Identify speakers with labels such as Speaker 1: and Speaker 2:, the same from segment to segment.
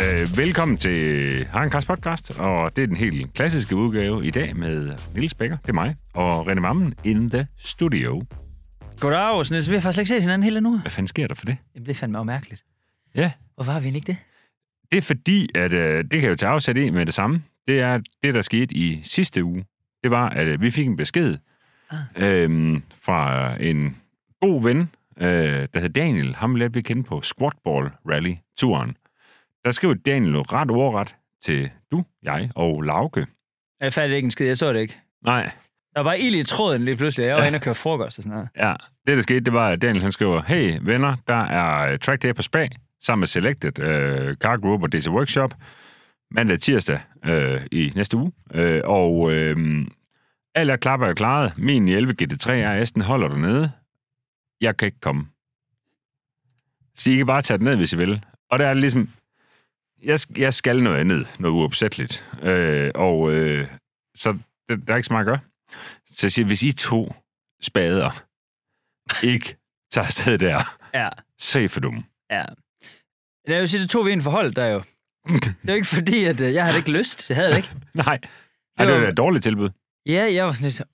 Speaker 1: Øh, velkommen til Harenkars podcast, og det er den helt klassiske udgave i dag med Nils Bækker, det er mig, og René Mammen in the studio.
Speaker 2: Goddag, Snes. Vi har faktisk slet ikke set hinanden helt endnu.
Speaker 1: Hvad fanden sker der for det?
Speaker 2: Jamen, det er fandme også mærkeligt.
Speaker 1: Ja.
Speaker 2: Hvorfor har vi egentlig ikke det?
Speaker 1: Det er fordi, at øh, det kan jeg jo tage afsæt i med det samme. Det er det, der skete i sidste uge. Det var, at øh, vi fik en besked
Speaker 2: Ah.
Speaker 1: øh, fra en god ven, øh, der hed Daniel. Ham lærte vi at kende på Squatball Rally-turen. Der skrev Daniel jo ret ordret til du, jeg og Lauke.
Speaker 2: Jeg fattede ikke en skid. Jeg så det ikke.
Speaker 1: Nej,
Speaker 2: Der var ild i tråden lige pludselig. Jeg var inde og køre frokost og sådan noget.
Speaker 1: Ja, det der skete, det var, at Daniel han skriver, hey venner, der er øh, track day på Spag, sammen med Selected, øh, Car Group og DC Workshop, mandag og tirsdag øh, i næste uge. Øh, og øh, alle er klapper er klaret. Min 11 GT3 RS, den holder dernede. Jeg kan ikke komme. Så I kan bare tage den ned, hvis I vil. Og der er det ligesom, jeg, sk- jeg skal noget andet, noget uopsætteligt. Øh, og øh, så der, der er ikke så meget at gøre. Så jeg siger, hvis I to spader ikke tager afsted der.
Speaker 2: Ja,
Speaker 1: Se for dumme.
Speaker 2: ja. Det er jo sidste to vi en forhold der jo. Det er jo ikke fordi, at øh, jeg havde ikke lyst. Jeg havde det ikke.
Speaker 1: Nej. Ej, det
Speaker 2: var-
Speaker 1: var da et dårligt tilbud.
Speaker 2: Ja, jeg var sådan lidt... så-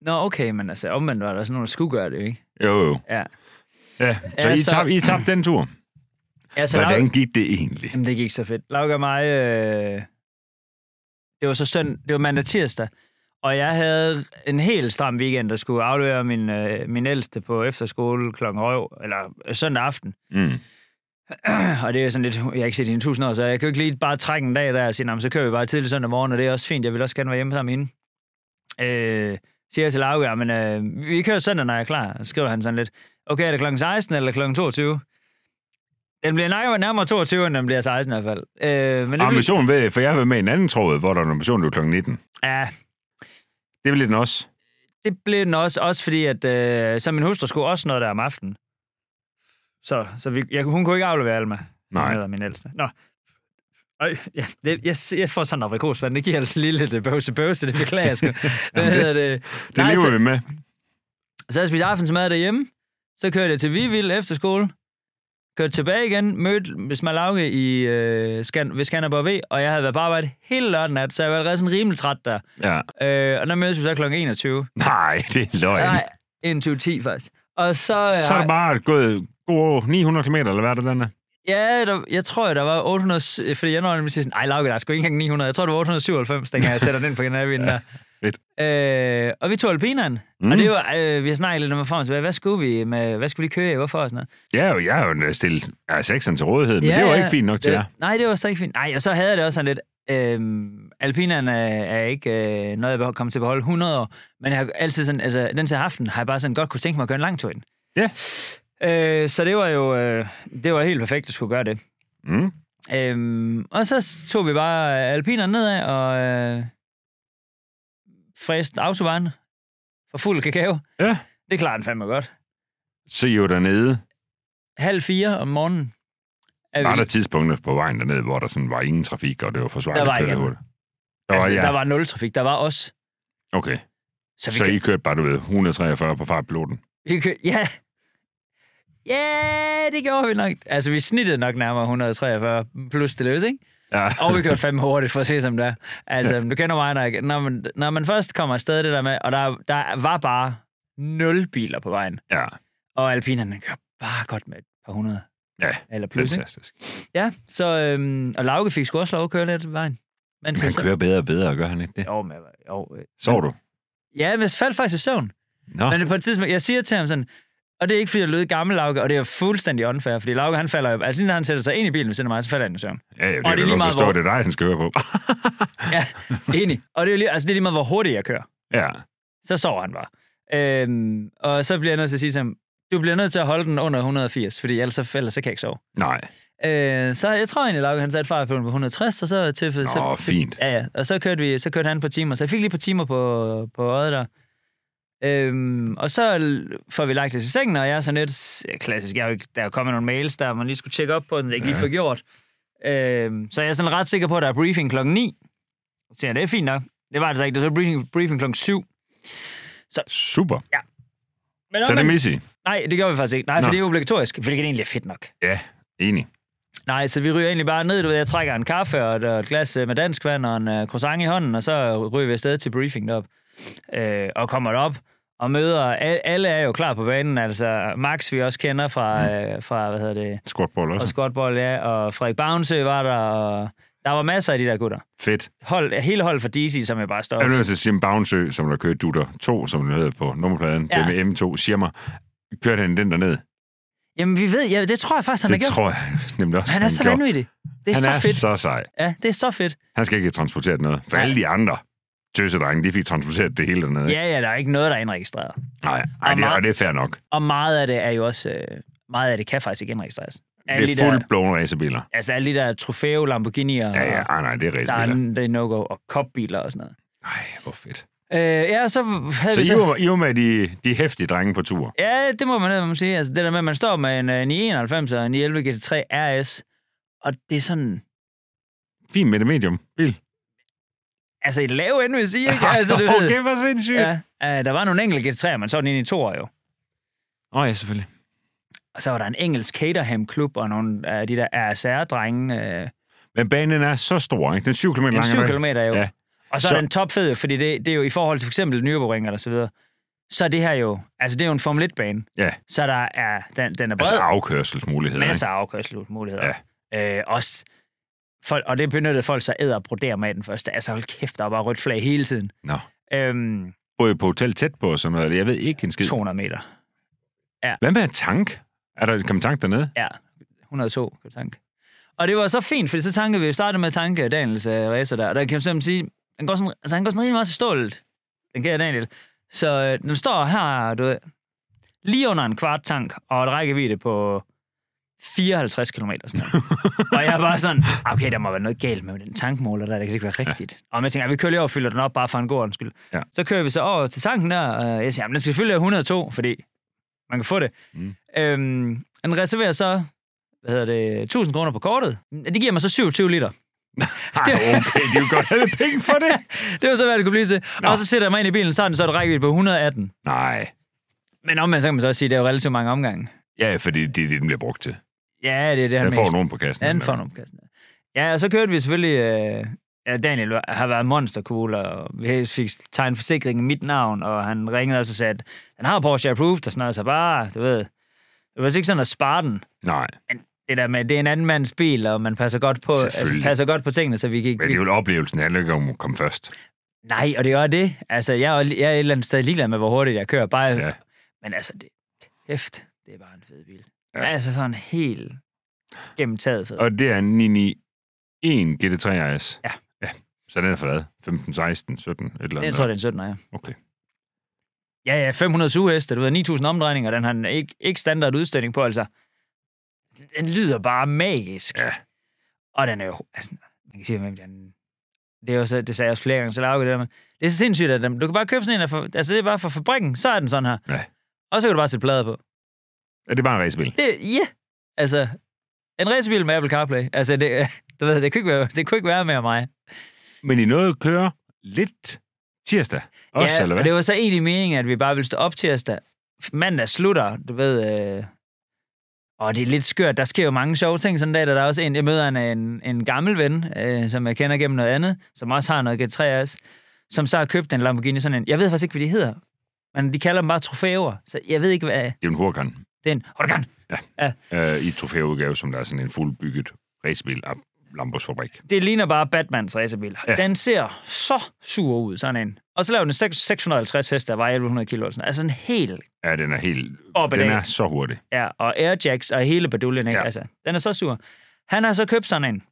Speaker 2: Nå, okay, men altså omvendt var der sådan nogen, der skulle gøre det, jo, ikke?
Speaker 1: Jo, jo.
Speaker 2: Ja.
Speaker 1: Ja, så
Speaker 2: Ja,
Speaker 1: I
Speaker 2: så-
Speaker 1: tabte I tabte den tur.
Speaker 2: Ja, så
Speaker 1: Hvordan
Speaker 2: Laug...
Speaker 1: gik det egentlig?
Speaker 2: Jamen, det gik så fedt. Lauke og mig... Øh... Det var så søn... Det var mandag tirsdag. Og jeg havde en helt stram weekend, der skulle aflevere min, øh, min ældste på efterskole klokken røv, eller øh, søndag aften.
Speaker 1: Mm.
Speaker 2: og det er jo sådan lidt, jeg har ikke set hende i tusind år, så jeg kan jo ikke lige bare trække en dag der og sige, "Nå, men så kører vi bare tidlig søndag morgen, og det er også fint, jeg vil også gerne være hjemme sammen med hende. Øh, siger jeg til Lauke, "Ja, men øh, vi kører søndag, når jeg er klar. Så skriver han sådan lidt, okay, er det klokken 16 eller klokken 22? Den bliver nærmere, nærmere 22, end den bliver 16 i hvert fald. Øh,
Speaker 1: Ah,
Speaker 2: men det vil,
Speaker 1: Ambitionen ved, for jeg var med i en anden tråd, hvor der var en ambition, det var kl. 19.
Speaker 2: ja,
Speaker 1: Det ville den også.
Speaker 2: det blev den også, også fordi, at øh, så min hustru skulle også noget der om aftenen. Så, så vi, jeg, hun kunne ikke aflevere Alma.
Speaker 1: Nej.
Speaker 2: Hun hedder min ældste. Nå. Øj, ja, det, jeg, jeg får sådan en afrikosvand. Det giver altså lige lidt øh, bøvse bøvse, det beklager jeg sgu. Hvad
Speaker 1: Jamen, det-
Speaker 2: hedder det?
Speaker 1: Det
Speaker 2: Nej,
Speaker 1: lever
Speaker 2: så,
Speaker 1: vi med.
Speaker 2: så jeg spiste aftensmad derhjemme. Så kørte jeg til Vivild efter skole. Kørte tilbage igen, mødte Smalauke i, øh, Skan, ved Skanderborg V, og jeg havde været på arbejde hele lørdag nat, så jeg var allerede sådan rimelig træt der.
Speaker 1: Ja.
Speaker 2: Øh, og der mødes vi så kl. 21.
Speaker 1: Nej, det er løgn.
Speaker 2: Nej, inden 2010 faktisk. Og så... øh,
Speaker 1: Så er der bare gået gode 900 km, eller hvad er det, den er?
Speaker 2: Ja, der, jeg tror, der var 800... s- øh, Fordi jeg når nemlig siger sådan, ej, Lauke, der er sgu ikke engang 900. Jeg tror, det var 897, dengang jeg sætter den ind på Canavien der.
Speaker 1: fedt.
Speaker 2: Øh, og vi tog alpineren. Mm. Og det var, øh, vi har snakket lidt om frem og tilbage. Hvad skulle vi med, hvad skulle vi køre i, hvorfor og sådan noget.
Speaker 1: Ja, jo, jeg har jo stillet ja, sekseren til rådighed, men det var ikke fint nok til
Speaker 2: det,
Speaker 1: jer.
Speaker 2: Nej, det var så ikke fint. Nej, og så havde jeg det også sådan lidt, Øhm, alpineren er, er ikke øh, noget, jeg behøver- kommer til at beholde 100 år, men jeg har altid sådan, altså, den til aften har jeg bare sådan godt kunne tænke mig at gøre en lang tur i den.
Speaker 1: Ja.
Speaker 2: Øh, så det var jo øh, det var helt perfekt, at skulle gøre det.
Speaker 1: Mm.
Speaker 2: Øhm, og så tog vi bare alpiner nedad og øh, fræste autobahn for fuld kakao.
Speaker 1: Ja.
Speaker 2: Det klarer den fandme godt.
Speaker 1: Så I var dernede.
Speaker 2: Halv fire om morgenen. Er
Speaker 1: Var der tidspunkter på vejen dernede, hvor der sådan var ingen trafik, og det var forsvarligt
Speaker 2: Der var
Speaker 1: at køre
Speaker 2: ikke
Speaker 1: det
Speaker 2: andet.
Speaker 1: hurtigt? Der var,
Speaker 2: altså,
Speaker 1: ja.
Speaker 2: der var nul trafik. Der var os.
Speaker 1: Okay.
Speaker 2: Så vi,
Speaker 1: Så
Speaker 2: kø-
Speaker 1: I kørte bare, du ved, 143 på fartpiloten.
Speaker 2: vi kø- Ja. Ja, det gjorde vi nok. Altså, vi snittede nok nærmere 143 plus det løs, ikke?
Speaker 1: Ja.
Speaker 2: Og vi kørte fandme hurtigt for at se, som det er. Altså, du kender mig, når, jeg, når, man, når man først kommer afsted det der med, og der, der var bare nul biler på vejen.
Speaker 1: ja.
Speaker 2: Og alpinerne kører bare godt med et par hundrede.
Speaker 1: Ja,
Speaker 2: Eller plus, ikke?
Speaker 1: Fantastisk.
Speaker 2: Ja, så... Øhm, og Lauke fik sgu også lov at køre lidt vejen. Men
Speaker 1: Men han kører bedre og bedre, gør han ikke det?
Speaker 2: Jo, men, jeg var- jo, øh.
Speaker 1: Sov du?
Speaker 2: Ja, men jeg faldt faktisk i søvn.
Speaker 1: Nå,
Speaker 2: Men på et tidspunkt, jeg siger til ham sådan... Og det er ikke, fordi jeg lød gammel, Lauke, og det er jo fuldstændig unfair, fordi Lauke, han falder jo... Altså, lige når han sætter sig ind i bilen ved siden af mig, så falder han i søvn.
Speaker 1: ja, jeg
Speaker 2: og det er
Speaker 1: kan
Speaker 2: lige
Speaker 1: godt
Speaker 2: meget,
Speaker 1: forstå,
Speaker 2: hvor-
Speaker 1: det er dig, han skal høre på.
Speaker 2: Ja, enig. Og det er, jo lige, altså, det er lige meget, hvor hurtigt jeg kører.
Speaker 1: ja,
Speaker 2: Så sover han bare. Øhm, og så bliver jeg nødt til at sige til ham, du bliver nødt til at holde den under 180, fordi ellers, så- ellers så kan jeg ikke sove.
Speaker 1: nej.
Speaker 2: Øh, så jeg tror egentlig, Lauke, han satte fart på 160, og så tøffede...
Speaker 1: Nå,
Speaker 2: så, så-
Speaker 1: fint.
Speaker 2: Ja, ja. Og så kørte, vi, så kørte han på timer. Så jeg fik lige på timer på, på øjet der. Øhm, og så l- får vi lagt det til sengen, og jeg er sådan lidt s- ja, klassisk. Jeg er jo ikke, der er jo kommet nogle mails, der man lige skulle tjekke op på, den jeg ikke lige
Speaker 1: Ja.
Speaker 2: fik gjort. Øhm, så jeg er sådan ret sikker på, at der er briefing klokken 9. Så siger jeg, det er fint nok. Det var det så ikke. Det var så briefing, briefing klokken 7.
Speaker 1: Super.
Speaker 2: Men,
Speaker 1: Så er
Speaker 2: men,
Speaker 1: det Missy.
Speaker 2: nej, det gør vi faktisk ikke. Nej,
Speaker 1: Nå.
Speaker 2: for det er obligatorisk, hvilket egentlig er fedt nok.
Speaker 1: Ja, enig.
Speaker 2: Nej, så vi ryger egentlig bare ned, du ved, jeg trækker en kaffe og et, og et glas øh, med dansk vand og en øh, croissant i hånden, og så ryger vi afsted til briefing derop. Øh, og kommer derop og møder, al- alle er jo klar på banen, altså Max, vi også kender
Speaker 1: Mm.
Speaker 2: fra, øh, fra hvad hedder det,
Speaker 1: Squatball også.
Speaker 2: og Squatball, ja, og Frederik Bounce var der, og der var masser af de der gutter.
Speaker 1: Fedt.
Speaker 2: Hold, hele hold for DC, som jeg bare står
Speaker 1: Jeg er nødt til at sige, at Bavnsø, som der kører Dutter 2, som den hedder på nummerpladen,
Speaker 2: Ja.
Speaker 1: ja. det med M2, siger mig, kørte han den derned?
Speaker 2: Jamen, vi ved, ja, det tror jeg faktisk, han har
Speaker 1: Det
Speaker 2: gjort.
Speaker 1: tror jeg nemlig også,
Speaker 2: Han er så
Speaker 1: gjorde.
Speaker 2: vanvittig. Det er
Speaker 1: han
Speaker 2: så
Speaker 1: er
Speaker 2: fedt.
Speaker 1: så sej.
Speaker 2: Ja, det er så fedt.
Speaker 1: Han skal ikke transportere noget. For
Speaker 2: Nej.
Speaker 1: alle de andre tøsedrenge, de fik transporteret det hele dernede.
Speaker 2: Ja, ja, der er ikke noget, der er indregistreret.
Speaker 1: Nej, ej, det,
Speaker 2: meget-
Speaker 1: og det er fair nok.
Speaker 2: Og meget af det er jo også... Øh, meget af det kan faktisk ikke indregistreres. Alle
Speaker 1: Det
Speaker 2: de
Speaker 1: er
Speaker 2: der,
Speaker 1: fuldt blown racerbiler.
Speaker 2: altså alle de der trofæo Lamborghini'er,
Speaker 1: Ja, ja, ej, nej, det er
Speaker 2: Ah. der er,
Speaker 1: racerbiler.
Speaker 2: en- det er no-go, og kopbiler og sådan noget.
Speaker 1: Nej, hvor fedt.
Speaker 2: Øh, ja, så havde
Speaker 1: Så
Speaker 2: vi
Speaker 1: I var, I var med de, de hæftige drenge på tur.
Speaker 2: Ja, det må man ned sige. Altså, det der med, at man står med en øh, 991 og en 911 GT3 RS, og det er sådan...
Speaker 1: Fint med det medium bil.
Speaker 2: Altså, et lav end, vil jeg sige, ikke? Altså, du ved,
Speaker 1: okay, hvor sindssygt.
Speaker 2: ja, øh, der var nogle enkelte GT3'er, men så var den inde i toer jo.
Speaker 1: Åh, oh, ja, selvfølgelig.
Speaker 2: Og så var der en engelsk Caterham-klub og nogle af de der RSR-drenge. Øh,
Speaker 1: Men banen er så stor, ikke? Den er 7 km
Speaker 2: en
Speaker 1: lang.
Speaker 2: 7
Speaker 1: er den?
Speaker 2: km jo.
Speaker 1: Ja.
Speaker 2: Og så,
Speaker 1: Så-
Speaker 2: er den topfed, fordi det, det er jo i forhold til for eksempel Nürburgring eller så videre, så er det her jo, altså det er jo en Formel 1-bane,
Speaker 1: Ja,
Speaker 2: så der er, den, den er bred,
Speaker 1: altså
Speaker 2: altså,
Speaker 1: afkørselsmuligheder.
Speaker 2: masser
Speaker 1: Masser.
Speaker 2: af afkørselsmuligheder. Ja. Øh, også, folk, og det benyttede folk så æder og broderer med i den første. Altså hold kæft, der var bare rødt flag hele tiden.
Speaker 1: Nå.
Speaker 2: Øhm,
Speaker 1: Både på hotel tæt på og sådan noget. Jeg ved ikke en skid.
Speaker 2: 200 meter.
Speaker 1: Hvad med en tank? Er der, kan man tanke dernede?
Speaker 2: Ja, 102, kan du tanke. Og det var så fint, fordi så tankede vi jo startede med at tanke Daniels øh, racer der. Og der kan jeg simpelthen sige, den går sådan, altså, han går sådan rimelig meget til stålet, den kære Daniel. Så øh, den står her, du ved, lige under en kvart tank, og et rækkevidde på 54 km. Sådan noget. og jeg var sådan, okay, der må være noget galt med den tankmåler der, det kan ikke være rigtigt. Og men jeg tænker, "Ah, vi kører lige over og fylder den op, bare for en god ordens skyld.
Speaker 1: Ja.
Speaker 2: Så kører vi så over til tanken der, og jeg siger, jamen den skal selvfølgelig have 102, fordi man kan få det.
Speaker 1: Mm.
Speaker 2: Øhm, den reserverer så, hvad hedder det, 1000 kroner på kortet. Det giver mig så 27 liter.
Speaker 1: Ah, okay, de vil godt have lidt penge for det.
Speaker 2: Det var så, hvad det kunne blive til. Nå.
Speaker 1: Nå.
Speaker 2: Og så sætter jeg mig ind i bilen, så er den så et rækkevidde på 118.
Speaker 1: Nej.
Speaker 2: Men omvendt, så kan man så også sige, at det er jo relativt mange omgange.
Speaker 1: Ja, fordi det er det, den bliver brugt til.
Speaker 2: Ja, det er det, han
Speaker 1: Jeg får
Speaker 2: mest.
Speaker 1: nogen på kassen.
Speaker 2: Ja, den får nogle kassen. Ja, og så kørte vi selvfølgelig... Øh, ja, Daniel var- har været monstercool, og vi fik tegnet forsikring i mit navn, og han ringede os og sagde, at han har Porsche Approved, og sådan noget, så bare, du ved... Det var altså ikke sådan at spare den.
Speaker 1: Nej,
Speaker 2: Det der med, at det er en anden mands bil, og man passer godt på, altså,
Speaker 1: Selvfølgelig.
Speaker 2: passer godt på tingene, så vi gik...
Speaker 1: men det er jo oplevelsen, handler ikke om at komme først.
Speaker 2: Nej, og det er også det. Altså, jeg er, jo- jeg er et eller andet sted ligeglad med, hvor hurtigt jeg kører. Bare,
Speaker 1: Ja.
Speaker 2: Men altså, det, kæft, det er bare en fed bil. Ja.
Speaker 1: Ja.
Speaker 2: Altså sådan helt gennemtaget fed.
Speaker 1: Og det er en 991 GT3 RS.
Speaker 2: Ja.
Speaker 1: ja. Så den er for hvad? 15, 16, 17, et eller andet.
Speaker 2: Jeg tror, det er en 17, ja.
Speaker 1: Okay.
Speaker 2: Ja, ja, 500 sugheste, du ved, 9000 omdrejninger, den har en ikke, ikke standard udstilling på, altså. Den lyder bare magisk.
Speaker 1: Ja.
Speaker 2: Og den er jo, altså, man kan sige, hvem den... Det, er jo så, det sagde jeg også flere gange, så Lauke, det der med, det er så sindssygt, at dem, du kan bare købe sådan en, af for, altså det er bare fra fabrikken, så er den sådan her.
Speaker 1: Ja.
Speaker 2: Og så kan du bare sætte plader på.
Speaker 1: Er det bare en racebil?
Speaker 2: Det, ja, altså, en racerbil med Apple CarPlay. Altså, det, du ved, det kunne ikke være, det kunne ikke være mere mig.
Speaker 1: Men I nåede at køre lidt tirsdag også,
Speaker 2: ja,
Speaker 1: eller hvad?
Speaker 2: og det var så egentlig meningen, at vi bare ville stå op tirsdag. Mandag slutter, du ved... Øh... Og det er lidt skørt. Der sker jo mange sjove ting sådan en dag, da der er også en, jeg møder en, en, en gammel ven, øh, som jeg kender gennem noget andet, som også har noget G3 også, som så har købt en Lamborghini sådan en. Jeg ved faktisk ikke, hvad de hedder, men de kalder dem bare trofæver. Så jeg ved ikke, hvad
Speaker 1: Det er jo en Huracan
Speaker 2: den... Hurricane.
Speaker 1: øh, i trofæudgave, som der er sådan en fuldbygget racebil af Lambos fabrik.
Speaker 2: Det ligner bare Batmans racerbil. Ja.
Speaker 1: Ja.
Speaker 2: Den ser så sur ud, sådan en. Og så laver den seks- 650 heste og vejer 1100 kilo. eller sådan noget. Altså en helt
Speaker 1: Ja, den er helt...
Speaker 2: Op ad
Speaker 1: den
Speaker 2: af.
Speaker 1: er så hurtig.
Speaker 2: Ja, og Airjacks og hele baduljen, ikke? Ja.
Speaker 1: Ja.
Speaker 2: Altså, den er så sur. Han har så købt sådan en.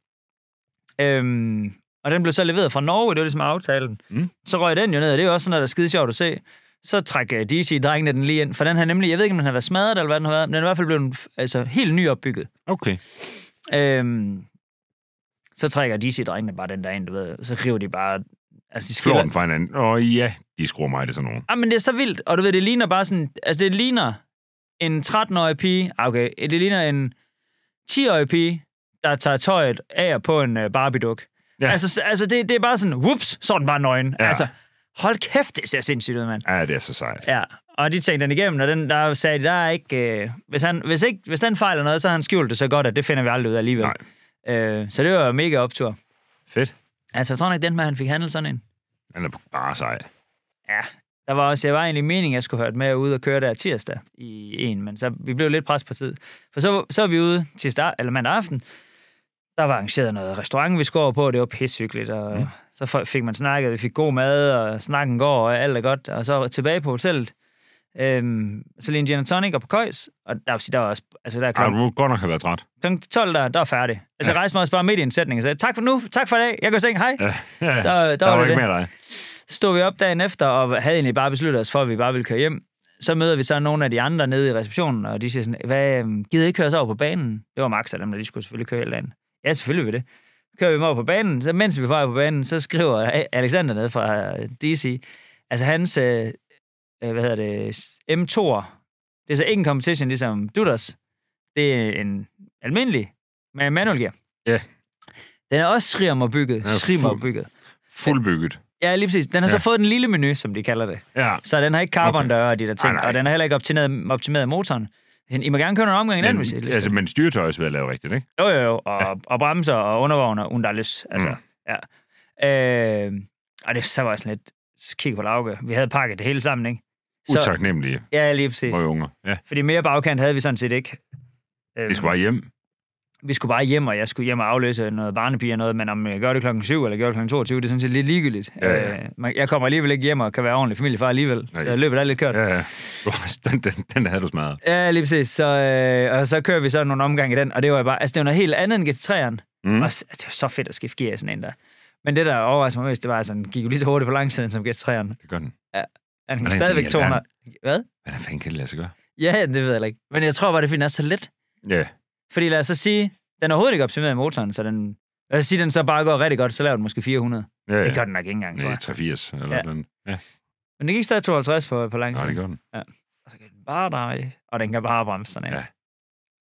Speaker 2: Øhm, og den blev så leveret fra Norge, det var ligesom aftalen.
Speaker 1: Mm.
Speaker 2: Så røg den jo ned, og det er jo også sådan noget, der er skide sjovt at se. Så træk øh, DC-drengene den lige ind, for den har nemlig, jeg ved ikke, om den har været smadret, eller hvad den har været, men den er i hvert fald blevet altså, helt nyopbygget.
Speaker 1: Okay.
Speaker 2: Øhm, så trækker DC-drengene bare den der ind, du ved, så river de bare... Altså, de
Speaker 1: Flår
Speaker 2: skiller,
Speaker 1: den fra hinanden. Åh ja, de skruer mig, det er sådan nogen.
Speaker 2: Ah, men det er så vildt. Og du ved, det ligner bare sådan... Altså, det ligner en 13-årig pige... Ah, okay. Det ligner en 10-årig pige, der tager tøjet af og på en øh, Barbie-duk. Ja.
Speaker 1: Ja.
Speaker 2: Altså, s- altså det, det er bare sådan... Whoops! Så er den bare nøgen. Ja.
Speaker 1: Ja.
Speaker 2: Altså, hold kæft, det ser sindssygt ud, mand.
Speaker 1: Ja, det er så sejt.
Speaker 2: Ja, Og de tænkte den igennem, og den, der sagde de, der er ikke, øh, hvis, han, hvis, ikke, hvis den fejler noget, så har han skjult det så godt, at det finder vi aldrig ud af alligevel. Øh, så det var mega optur.
Speaker 1: Fedt.
Speaker 2: Altså, jeg tror nok, den med, han fik handlet sådan en.
Speaker 1: Han er bare sej.
Speaker 2: Ja, der var også, jeg var egentlig meningen, at jeg skulle have været med ud og køre der tirsdag i en, men så vi blev lidt pres på tid. For så, så var vi ude tirsdag, eller mandag aften, der var arrangeret noget restaurant, vi skulle over på, og det var pissehyggeligt, og mm. så f- fik man snakket, vi fik god mad, og snakken går, og alt er godt, og så tilbage på hotellet, øhm, så lige en gin and tonic og på køjs, og der, vil sige, der var også, altså der er
Speaker 1: Ej,
Speaker 2: klokken,
Speaker 1: du må godt nok have været træt.
Speaker 2: klokken 12, der, der er færdig. Altså jeg rejste mig også bare midt i en sætning, og sagde, tak for nu, tak for i dag, jeg går i seng, hej.
Speaker 1: Ja, ja.
Speaker 2: Der, der,
Speaker 1: der var,
Speaker 2: det
Speaker 1: ikke
Speaker 2: det.
Speaker 1: mere dig.
Speaker 2: Så stod vi op dagen efter, og havde egentlig bare besluttet os for, at vi bare ville køre hjem. Så møder vi så nogle af de andre nede i receptionen, og de siger sådan, hvad, øhm, gider I ikke køre os over på banen? Det var Max og dem, der de skulle selvfølgelig køre hele dagen. Ja, selvfølgelig vil det. Kører vi dem over på banen, så mens vi var på banen, så skriver A- Alexander ned fra øh, DC, altså hans, øh, øh, hvad hedder det, M2'er, det er så ikke en competition ligesom Dutters, det er en almindelig med manual gear.
Speaker 1: Ja.
Speaker 2: Den er også skrimmerbygget,
Speaker 1: Den er fu-
Speaker 2: skrimmerbygget.
Speaker 1: Fuldbygget.
Speaker 2: Ja, lige præcis. Den har ja.
Speaker 1: Ja.
Speaker 2: så fået den lille menu, som de kalder det.
Speaker 1: Ja.
Speaker 2: Så den har ikke carbondøre og de der ting,
Speaker 1: Nej, nej.
Speaker 2: og den har heller ikke optimeret, optimeret motoren. I må gerne køre en omgang i den, hvis I har
Speaker 1: Men,
Speaker 2: lyst.
Speaker 1: altså,
Speaker 2: til.
Speaker 1: men styretøj er svært at lave rigtigt, ikke?
Speaker 2: Jo, jo, jo. Og, og bremser og undervogn og der er lyst. Altså,
Speaker 1: Mm.
Speaker 2: ja. Øh, og det, så var jeg sådan lidt, så kig på Lauke. Vi havde pakket det hele sammen, ikke?
Speaker 1: Uh,
Speaker 2: Så,
Speaker 1: Utaknemmelige
Speaker 2: ja, lige præcis.
Speaker 1: møgunger. Ja,
Speaker 2: Fordi mere bagkant havde vi sådan set ikke. Øh,
Speaker 1: det skulle bare hjem.
Speaker 2: vi skulle bare hjem, og jeg skulle hjem og afløse noget barnepiger og noget, men om jeg gør det klokken 7 eller gør det klokken 22, det er sådan set lidt ligegyldigt.
Speaker 1: Ja, ja.
Speaker 2: Øh, man- Jeg kommer alligevel ikke hjem og kan være ordentlig familiefar alligevel,
Speaker 1: Nej.
Speaker 2: så jeg løbet er lidt kørt.
Speaker 1: Ja, ja. Du har- Den, den, den havde du smadret.
Speaker 2: Ja, lige præcis. Så, øh, og så kører vi så nogle omgange i den, og det var jo bare, altså det var noget helt andet end GT3'eren.
Speaker 1: Mm.
Speaker 2: Mm. Og s- altså, det var så fedt at skifte gear i sådan en der. Men det, der overraskede mig mest, det var, at den gik jo lige så hurtigt på langsiden som GT3'eren.
Speaker 1: Det gør den.
Speaker 2: Den
Speaker 1: Hvordan
Speaker 2: gik
Speaker 1: kan
Speaker 2: stadigvæk
Speaker 1: det i alverden?
Speaker 2: 200. Hvad?
Speaker 1: Hvordan fanden kan det lade sig gøre?
Speaker 2: Ja, det ved jeg heller ikke. Men jeg tror bare, det er, fordi den er så let.
Speaker 1: Ja,
Speaker 2: Fordi lad os så sige, den er overhovedet ikke optimeret i motoren, så den... Lad os sige, den så bare går rigtig godt, så laver den måske 400.
Speaker 1: ja, ja.
Speaker 2: Det gør den nok ikke engang, tror
Speaker 1: Nej,
Speaker 2: jeg.
Speaker 1: 380 eller
Speaker 2: Ja.
Speaker 1: ja. den. Ja,
Speaker 2: Men det gik stadig 52 på, på
Speaker 1: nej, det
Speaker 2: langsiden.
Speaker 1: gør den.
Speaker 2: Og så kan den bare dreje, og den kan bare bremse sådan en.
Speaker 1: Ja.
Speaker 2: Ja.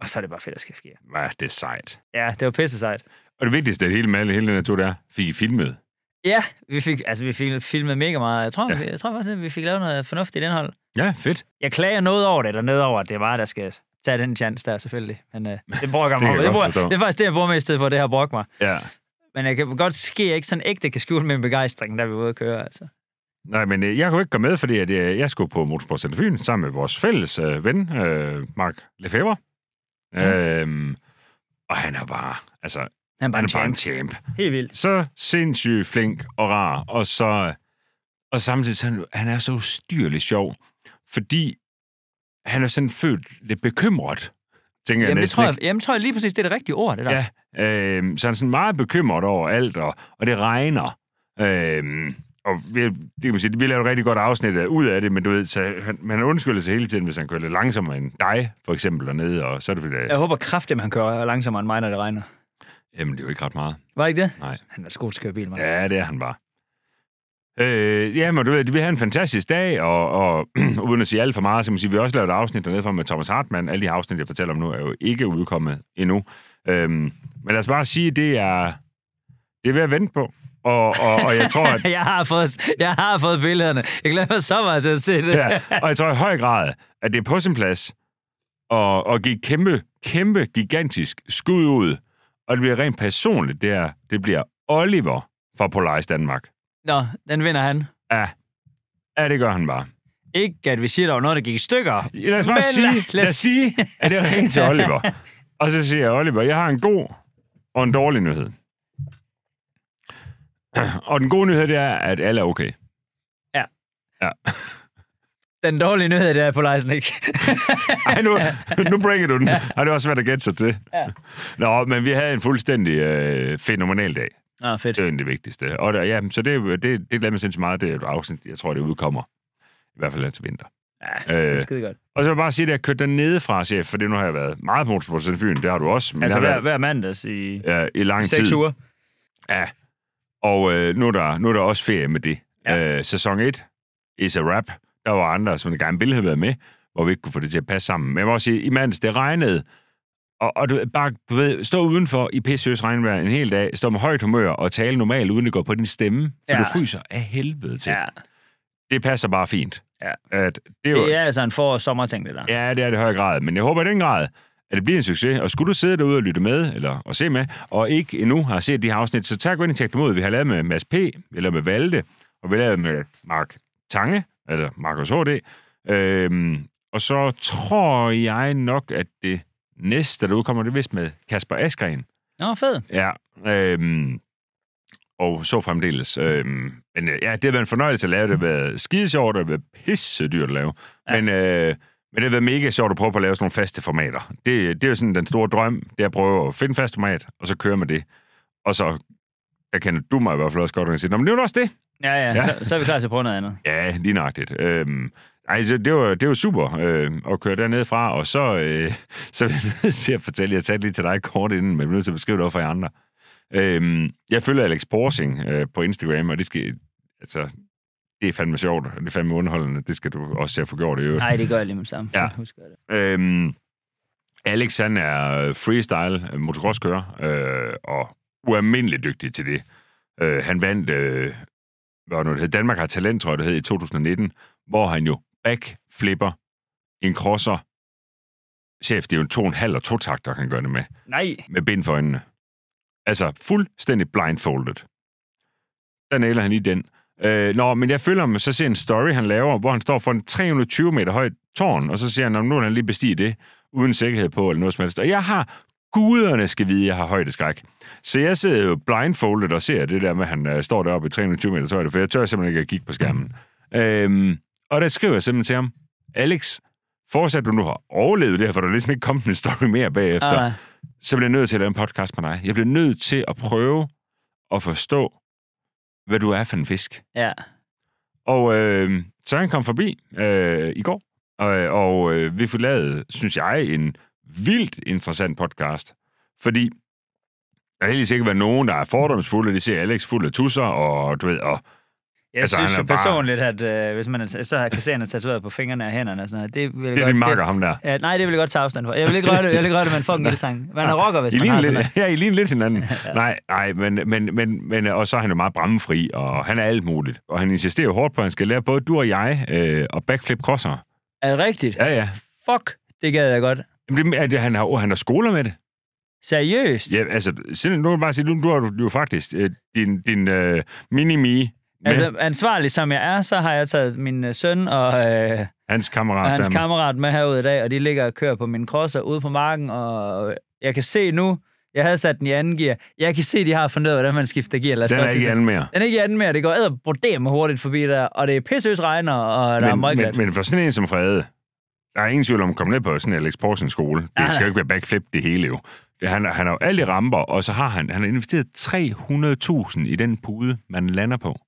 Speaker 2: Og så er det bare fedt at skifte gear.
Speaker 1: Ja, det er sejt.
Speaker 2: Ja, det var pisse sejt.
Speaker 1: Og det vigtigste af det hele med alle- hele den her tur, det er, fik I filmet?
Speaker 2: Ja, vi fik, altså, vi fik filmet mega meget. Jeg tror,
Speaker 1: Ja.
Speaker 2: ja. vi, jeg tror faktisk, at vi fik lavet noget fornuftigt indhold.
Speaker 1: Ja, fedt.
Speaker 2: Jeg klager noget over det, eller over, at det er mig, der skal tage den chance der, selvfølgelig. Men øh, det bruger jeg
Speaker 1: kan
Speaker 2: mig over.
Speaker 1: jeg godt
Speaker 2: det, bruger,
Speaker 1: forstå.
Speaker 2: det er faktisk det, jeg bruger mest tid på, det har brugt mig.
Speaker 1: Ja.
Speaker 2: Men jeg kan godt ske, at jeg ikke sådan ægte kan skjule min begejstring, da vi er ude at køre. Altså.
Speaker 1: Nej, men øh, jeg kunne ikke komme med, fordi at, øh, jeg skulle på Motorsport Center Fyn sammen med vores fælles øh, ven, øh, Mark Lefebvre.
Speaker 2: Ja.
Speaker 1: Øhm, og han er bare, altså,
Speaker 2: Han er bare
Speaker 1: han
Speaker 2: en
Speaker 1: er bare en
Speaker 2: champ.
Speaker 1: champ.
Speaker 2: Helt vildt.
Speaker 1: Så sindssygt flink og rar, og så og samtidig så er han, han er så ustyrligt sjov, fordi han er sådan født lidt bekymret, tænker jeg
Speaker 2: Jamen, det
Speaker 1: næsten,
Speaker 2: tror jeg,
Speaker 1: ikke?
Speaker 2: jamen, tror jeg lige præcis, det er det rigtige ord, det der.
Speaker 1: Ja, øhm, så han er sådan meget bekymret over alt, og, og det regner. Øhm, og vi, det kan man sige, vi lavede et rigtig godt afsnit af, ud af det, men du ved, så han, men han undskylder sig hele tiden, hvis han kører lidt langsommere end dig, for eksempel dernede, og så er det fordi,
Speaker 2: Jeg
Speaker 1: ja.
Speaker 2: håber kraftigt, at han kører langsommere end mig, når det regner.
Speaker 1: jamen det er jo ikke ret meget.
Speaker 2: Var det ikke det?
Speaker 1: Nej.
Speaker 2: Han er så god til at køre bil, mand. Ja.
Speaker 1: Ja, det er han bare. Øh, ja, men du ved, vi havde en fantastisk dag, og, og uden at sige alt for meget, så kan man sige, vi har også lavet et afsnit dernede fra med Thomas Hartmann. Alle de her afsnit, jeg fortæller om nu, er jo ikke udkommet endnu. Øhm, men lad os bare sige, det er, det er ved at vente på. Og, og, og jeg tror, at
Speaker 2: Jeg har, fået, jeg har fået billederne. Jeg glæder mig så meget til at se det.
Speaker 1: ja, og jeg tror i høj grad, at det er på sin plads og, og give kæmpe, kæmpe, gigantisk skud ud. Og det bliver rent personligt, det, er, det bliver Oliver fra Polaris Danmark.
Speaker 2: Nå, den vinder han.
Speaker 1: Ja, ja det gør han bare.
Speaker 2: Ikke, at vi siger, der var noget, der gik i stykker.
Speaker 1: Lad os bare
Speaker 2: Men
Speaker 1: sige,
Speaker 2: lad-
Speaker 1: lad,
Speaker 2: lad
Speaker 1: lad
Speaker 2: os-
Speaker 1: os sige, at det ringer til Oliver. Og så siger jeg, Oliver, jeg har en god og en dårlig nyhed. Og den gode nyhed, det er, at alle er okay.
Speaker 2: Den dårlige nyhed, det er på lejsen ikke.
Speaker 1: Ej, nu, nu bringer du den. Har det er også svært at gætte sig til.
Speaker 2: Ja.
Speaker 1: Nå, men vi havde en fuldstændig øh, fænomenal dag.
Speaker 2: Nå, fedt.
Speaker 1: Det er jo egentlig det vigtigste. Og der, ja, så det, det, det glæder mig sindssygt meget, det er et afsnit. Jeg tror, det udkommer. I hvert fald her til vinter.
Speaker 2: Ja, det er
Speaker 1: Øh,
Speaker 2: skide godt.
Speaker 1: Og så vil jeg bare sige, at jeg kørte dernede fra, chef, for det nu har jeg været meget på Motorsport Siden Fyn. Det har du også. Men
Speaker 2: Altså
Speaker 1: jeg har
Speaker 2: hver, hver mandags i
Speaker 1: været, ja, i lang tid.
Speaker 2: seks uger.
Speaker 1: Ja, og øh, nu, er der, nu er der også ferie med det. Ja.
Speaker 2: Ja.
Speaker 1: Øh, sæson 1 is a wrap. Der var andre, som gerne ville have været med, hvor vi ikke kunne få det til at passe sammen. Men jeg må også sige, i mandags, det regnede, og, og du, ved, bare, du ved, stå udenfor i pissøs regnvejr en hel dag, stå med højt humør og tale normalt, uden det går på din stemme, for
Speaker 2: Ja.
Speaker 1: ja. du fryser af helvede til. Ja.
Speaker 2: Ja.
Speaker 1: Det passer bare fint.
Speaker 2: Ja.
Speaker 1: At det, er jo,
Speaker 2: Det er altså en for- og sommerting, det der. Ja.
Speaker 1: Ja, det er det i høj grad. Men jeg håber i den grad, at det bliver en succes. Og skulle du sidde derude og lytte med, eller og se med, og ikke endnu har set de her afsnit, så tag gå ind og tjek dem ud. Vi har lavet med Mads P., eller med Valde, og vi har lavet med Mark Tange, altså Markus H.D. Øhm, og så tror jeg nok, at det næste, der udkommer, det er vist med Kasper Askren.
Speaker 2: Nå, fed.
Speaker 1: Ja, øhm, og så fremdeles. Øhm, men øh, ja, det har været en fornøjelse at lave. Det har været skide sjovt, og det har været pisse dyrt at lave.
Speaker 2: Ja.
Speaker 1: Ja. Men, øh, men det har været mega sjovt at prøve på at lave sådan nogle faste formater. Det, det er jo sådan den store drøm, det er at prøve at finde fast format, og så køre med det. Og så, der kender du mig i hvert fald også godt, og sige, "Nå, men det er jo også det.
Speaker 2: Ja, ja. ja.
Speaker 1: Ja.
Speaker 2: Så, så er vi klar til at prøve noget andet.
Speaker 1: Ja, lige nøjagtigt. Øhm, ej, så det var, det var super øh, at køre dernede fra, og så, øh, så er jeg nødt til at fortælle, jeg talte lige til dig kort inden, men jeg er nødt til at beskrive det over for jer andre. Øhm, jeg følger Alex Porsing øh, på Instagram, og det skal, altså, det er fandme sjovt, og det er fandme underholdende, det skal du også til at få gjort i øvrigt.
Speaker 2: Nej, det gør jeg lige med det samme.
Speaker 1: Ja.
Speaker 2: Ja. Husker jeg det.
Speaker 1: Øhm, Alex, han er øh, freestyle øh, motocrosskører, øh, og ualmindelig dygtig til det. Øh, han vandt, øh, hvad var det nu, det hed? Danmark har talent, tror jeg, det hed, i 2019, hvor han jo backflipper en crosser. Chef, det er jo en to og en halv og to takter, han gør det med,
Speaker 2: Nej.
Speaker 1: med bind for øjnene. Altså, fuldstændig blindfolded. Der næler han i den. Øh, nå, men jeg følger ham, så ser jeg en story, han laver, hvor han står for en 320 meter høj tårn, og så siger han, "Nå, nu vil han lige bestige det, uden sikkerhed på, eller noget som helst. Og jeg har, guderne skal vide, jeg har højdeskræk. Så jeg sidder jo blindfoldet og ser det der med, at han øh, står deroppe i 320 meter højde, for jeg tør simpelthen ikke at kigge på skærmen. Øhm, og der skriver jeg simpelthen til ham, Alex, fortsat du nu har overlevet det her, for der er ligesom ikke kommet en story mere bagefter
Speaker 2: Ah, nej.
Speaker 1: så bliver jeg nødt til at lave en podcast med dig. Jeg bliver nødt til at prøve at forstå, hvad du er for en fisk.
Speaker 2: ja.
Speaker 1: Og øh, så han kom forbi øh, i går, og, og øh, vi fik lavet, synes jeg, en vildt interessant podcast. Fordi der har heldigvis ikke været nogen, der er fordomsfulde. De ser Alex fuld af tusser, og du ved, og
Speaker 2: Jeg
Speaker 1: Altså,
Speaker 2: altså, synes
Speaker 1: han
Speaker 2: jo
Speaker 1: er bare-
Speaker 2: personligt, at øh, hvis man er, så kan se, at han er tatoveret på fingrene og hænderne og sådan noget. Det, vil jeg
Speaker 1: det er
Speaker 2: godt,
Speaker 1: din makker, ham der.
Speaker 2: Ja, nej, det vil jeg godt tage afstand fra. Jeg vil ikke røre det, jeg vil ikke røre det med en fucking lille sang. Man er rocker, hvis
Speaker 1: I
Speaker 2: man
Speaker 1: ligner
Speaker 2: har sådan noget.
Speaker 1: lidt, ja, I ligner lidt hinanden. Nej, nej, men, men, men, men, øh, og så er han jo meget brammefri, og han er alt muligt. Og han insisterer jo hårdt på, at han skal lære både du og jeg øh, og backflip crosser.
Speaker 2: Er det rigtigt?
Speaker 1: Ja, ja.
Speaker 2: Fuck, det gad jeg godt.
Speaker 1: Jamen, det, er det, han, har, han har skoler med det.
Speaker 2: Seriøst?
Speaker 1: Ja, altså, sådan, nu kan jeg bare sige, nu du har du jo faktisk øh, din, din øh, mini-me med altså,
Speaker 2: Altså, ansvarlig som jeg er, så har jeg taget min øh, søn og, øh,
Speaker 1: hans kammerat.
Speaker 2: og hans
Speaker 1: der med.
Speaker 2: kammerat med herud i dag, og de ligger og kører på min crosser ude på marken, og jeg kan se nu, jeg havde sat den i anden gear. Jeg kan se, de har fundet ud af, hvordan man skifter gear. Lad os
Speaker 1: Den
Speaker 2: bare
Speaker 1: er
Speaker 2: sige
Speaker 1: ikke
Speaker 2: sådan.
Speaker 1: anden mere.
Speaker 2: Den er ikke i anden mere. Det går ad og med hurtigt forbi der, og det er pisseøs regner, og der er meget
Speaker 1: men,
Speaker 2: glat.
Speaker 1: men, men for sådan en som Frede, der er ingen tvivl om at komme ned på sådan en Alex Porsens skole.
Speaker 2: Nej,
Speaker 1: Det skal
Speaker 2: nej.
Speaker 1: jo ikke være backflip det hele jo. Det- Han, han har jo alle ramper, og så har han, han har investeret 300.000 i den pude, man lander på.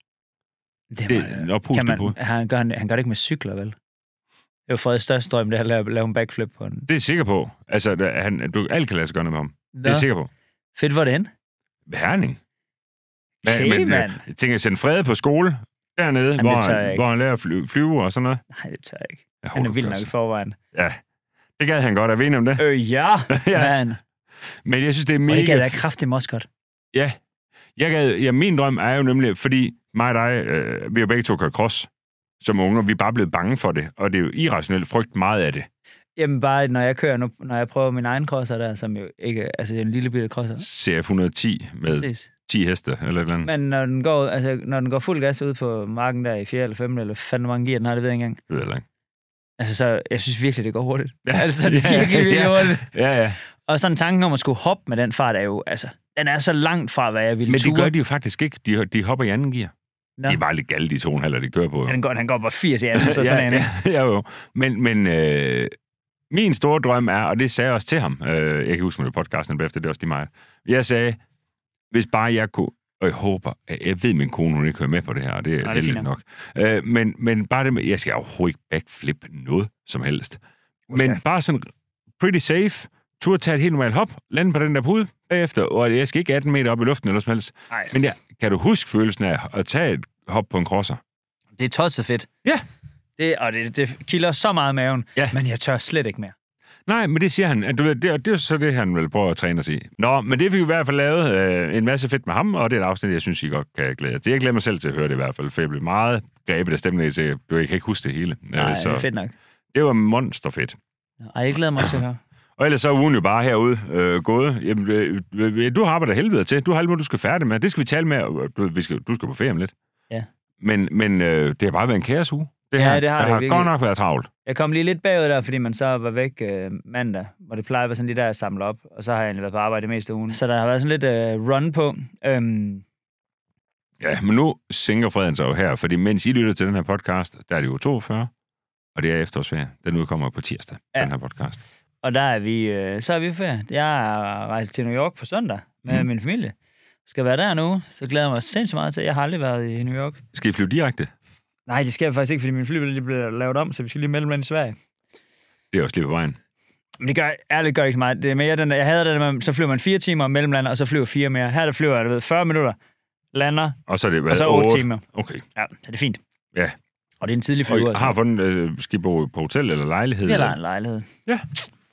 Speaker 1: Det er en
Speaker 2: øh, kan
Speaker 1: oppustet
Speaker 2: man,
Speaker 1: pude.
Speaker 2: han, gør, han, han gør det ikke med cykler, vel? Det var Freds største drøm, det er at lave, lave en backflip på den.
Speaker 1: Det er jeg sikker på. Altså, der- han, du, alt kan lade sig gøre noget med ham. Ja. Det er jeg sikker på.
Speaker 2: Fedt, hvor er det hen?
Speaker 1: Herning.
Speaker 2: Okay, mand.
Speaker 1: øh, Jeg tænker, send Frede på skole dernede,
Speaker 2: det
Speaker 1: Jamen, hvor,
Speaker 2: tør jeg
Speaker 1: han,
Speaker 2: ikke.
Speaker 1: hvor han lærer at flyve, flyve og sådan noget.
Speaker 2: Nej, det tør jeg ikke.
Speaker 1: Jeg
Speaker 2: Han er
Speaker 1: håber,
Speaker 2: vild
Speaker 1: du
Speaker 2: nok
Speaker 1: gør
Speaker 2: i forvejen.
Speaker 1: så. Ja, det gad han godt. Er vi enige om det?
Speaker 2: Øh, ja,
Speaker 1: Ja.
Speaker 2: mand.
Speaker 1: Men jeg synes, det er
Speaker 2: Og
Speaker 1: mega...
Speaker 2: det gad jeg kraftigt også godt.
Speaker 1: Ja. Jeg gad, ja, min drøm er jo nemlig, fordi mig og dig, øh, vi har begge to kørt cross som unge, og vi er bare blevet bange for det. Og det er jo irrationelt frygt meget af det.
Speaker 2: Jamen bare, når jeg kører nu, når jeg prøver min egen crosser der, som jo ikke, altså det er en lille bitte crosser.
Speaker 1: CF 110 med
Speaker 2: Præcis.
Speaker 1: 10 heste eller et eller andet.
Speaker 2: Men når den, går, altså, når den går fuld gas ud på marken der i 4. eller 5. eller fandme mange gear, den har, det ved jeg ikke engang.
Speaker 1: Det ved jeg ikke.
Speaker 2: Altså, så jeg synes virkelig, det går hurtigt.
Speaker 1: Ja,
Speaker 2: altså, det er virkelig, virkelig
Speaker 1: ja,
Speaker 2: hurtigt.
Speaker 1: Ja, ja.
Speaker 2: Og sådan tanken om at skulle hoppe med den fart er jo, altså, den er så langt fra, hvad jeg ville
Speaker 1: Men det
Speaker 2: ture.
Speaker 1: gør de jo faktisk ikke. De, de hopper i anden gear.
Speaker 2: Nå.
Speaker 1: Ja. De er bare lidt galde, de to halver, de kører på. Jo.
Speaker 2: Han går, han går bare 80 i anden, så Altså, sådan
Speaker 1: ja,
Speaker 2: en.
Speaker 1: ja, ja, jo. Men, men øh, min store drøm er, og det sagde jeg også til ham, øh, jeg kan huske mig i podcasten bagefter, det er også lige mig. Jeg sagde, hvis bare jeg kunne, og jeg håber, at jeg ved, min kone hun ikke hører med på det her, og det er
Speaker 2: det er
Speaker 1: heldigt
Speaker 2: fint
Speaker 1: nok. Øh, men, men bare det med, jeg skal overhovedet ikke backflip noget som helst.
Speaker 2: Måske.
Speaker 1: Men bare sådan pretty safe, turde tage et helt normalt hop, lande på den der pude bagefter, og jeg skal ikke 18 meter op i luften eller noget som helst.
Speaker 2: Nej,
Speaker 1: Men jeg, kan du huske følelsen af at tage et hop på en crosser?
Speaker 2: det er tosset fedt.
Speaker 1: Ja.
Speaker 2: Det, og det, det kilder så meget i maven,
Speaker 1: Ja.
Speaker 2: men jeg tør slet ikke mere.
Speaker 1: Nej, men det siger han. At Du ved, det, og det er jo så det, han vil prøve at træne os i. Nå, men det fik vi i hvert fald lavet øh, en masse fedt med ham, og det er et afsnit, jeg synes, I godt kan glæde jer til. Jeg glæder mig selv til at høre det i hvert fald, for jeg blev meget grebet af stemningen til. Jeg kan ikke huske det hele. Øh,
Speaker 2: Nej, det er
Speaker 1: så
Speaker 2: fedt nok.
Speaker 1: det var monsterfedt.
Speaker 2: Ej, jeg glæder mig også til at høre.
Speaker 1: Og ellers så er ugen jo bare herude øh, gået. Jamen, øh, øh, du har arbejdet helvede til. Du har alt muligt, du skal færdig med. Det skal vi tale med. og Du, vi skal, du skal på ferie om lidt.
Speaker 2: Ja.
Speaker 1: Men, men øh, det har bare været en kaosuge. Det
Speaker 2: Ja,
Speaker 1: her.
Speaker 2: det har
Speaker 1: jeg
Speaker 2: det
Speaker 1: har
Speaker 2: virkelig.
Speaker 1: godt nok været travlt.
Speaker 2: Jeg kom lige lidt bagud der, fordi man så var væk øh, mandag, hvor det plejer at være sådan lige der, jeg samler op, og så har jeg egentlig været på arbejde det meste af ugen. Så der har været sådan lidt øh, run på. Øhm,
Speaker 1: Ja, men nu sænker freden sig jo her, fordi mens I lytter til den her podcast, der er det jo 42, og det er efterårsferie. Den udkommer på tirsdag,
Speaker 2: Ja.
Speaker 1: ja. den her podcast.
Speaker 2: og der er vi, øh, så er vi på ferie. Jeg er rejst til New York på søndag med
Speaker 1: Mhm.
Speaker 2: mm. min familie. Skal være der nu, så glæder jeg mig sindssygt meget til. Jeg har aldrig været i New York.
Speaker 1: Skal I flyve direkte?
Speaker 2: Nej, det skal jeg faktisk ikke, fordi min flybillet lige blev lavet om, så vi skal lige mellemland i Sverige.
Speaker 1: Det er også lige på vejen.
Speaker 2: Men det gør, ærligt gør det ikke så meget. Det er mere den der, jeg havde den der, med, så flyver man fire timer mellemlander, og så flyver fire mere. Her der flyver jeg, du ved, 40 minutter, lander,
Speaker 1: Og så er det
Speaker 2: og
Speaker 1: været
Speaker 2: så 8 timer.
Speaker 1: Okay.
Speaker 2: Ja, så det er fint.
Speaker 1: Ja.
Speaker 2: Og det er en tidlig flyver.
Speaker 1: Og I har fundet, øh, skal I bo på hotel eller lejlighed?
Speaker 2: Eller
Speaker 1: eller?
Speaker 2: en lejlighed.
Speaker 1: Ja.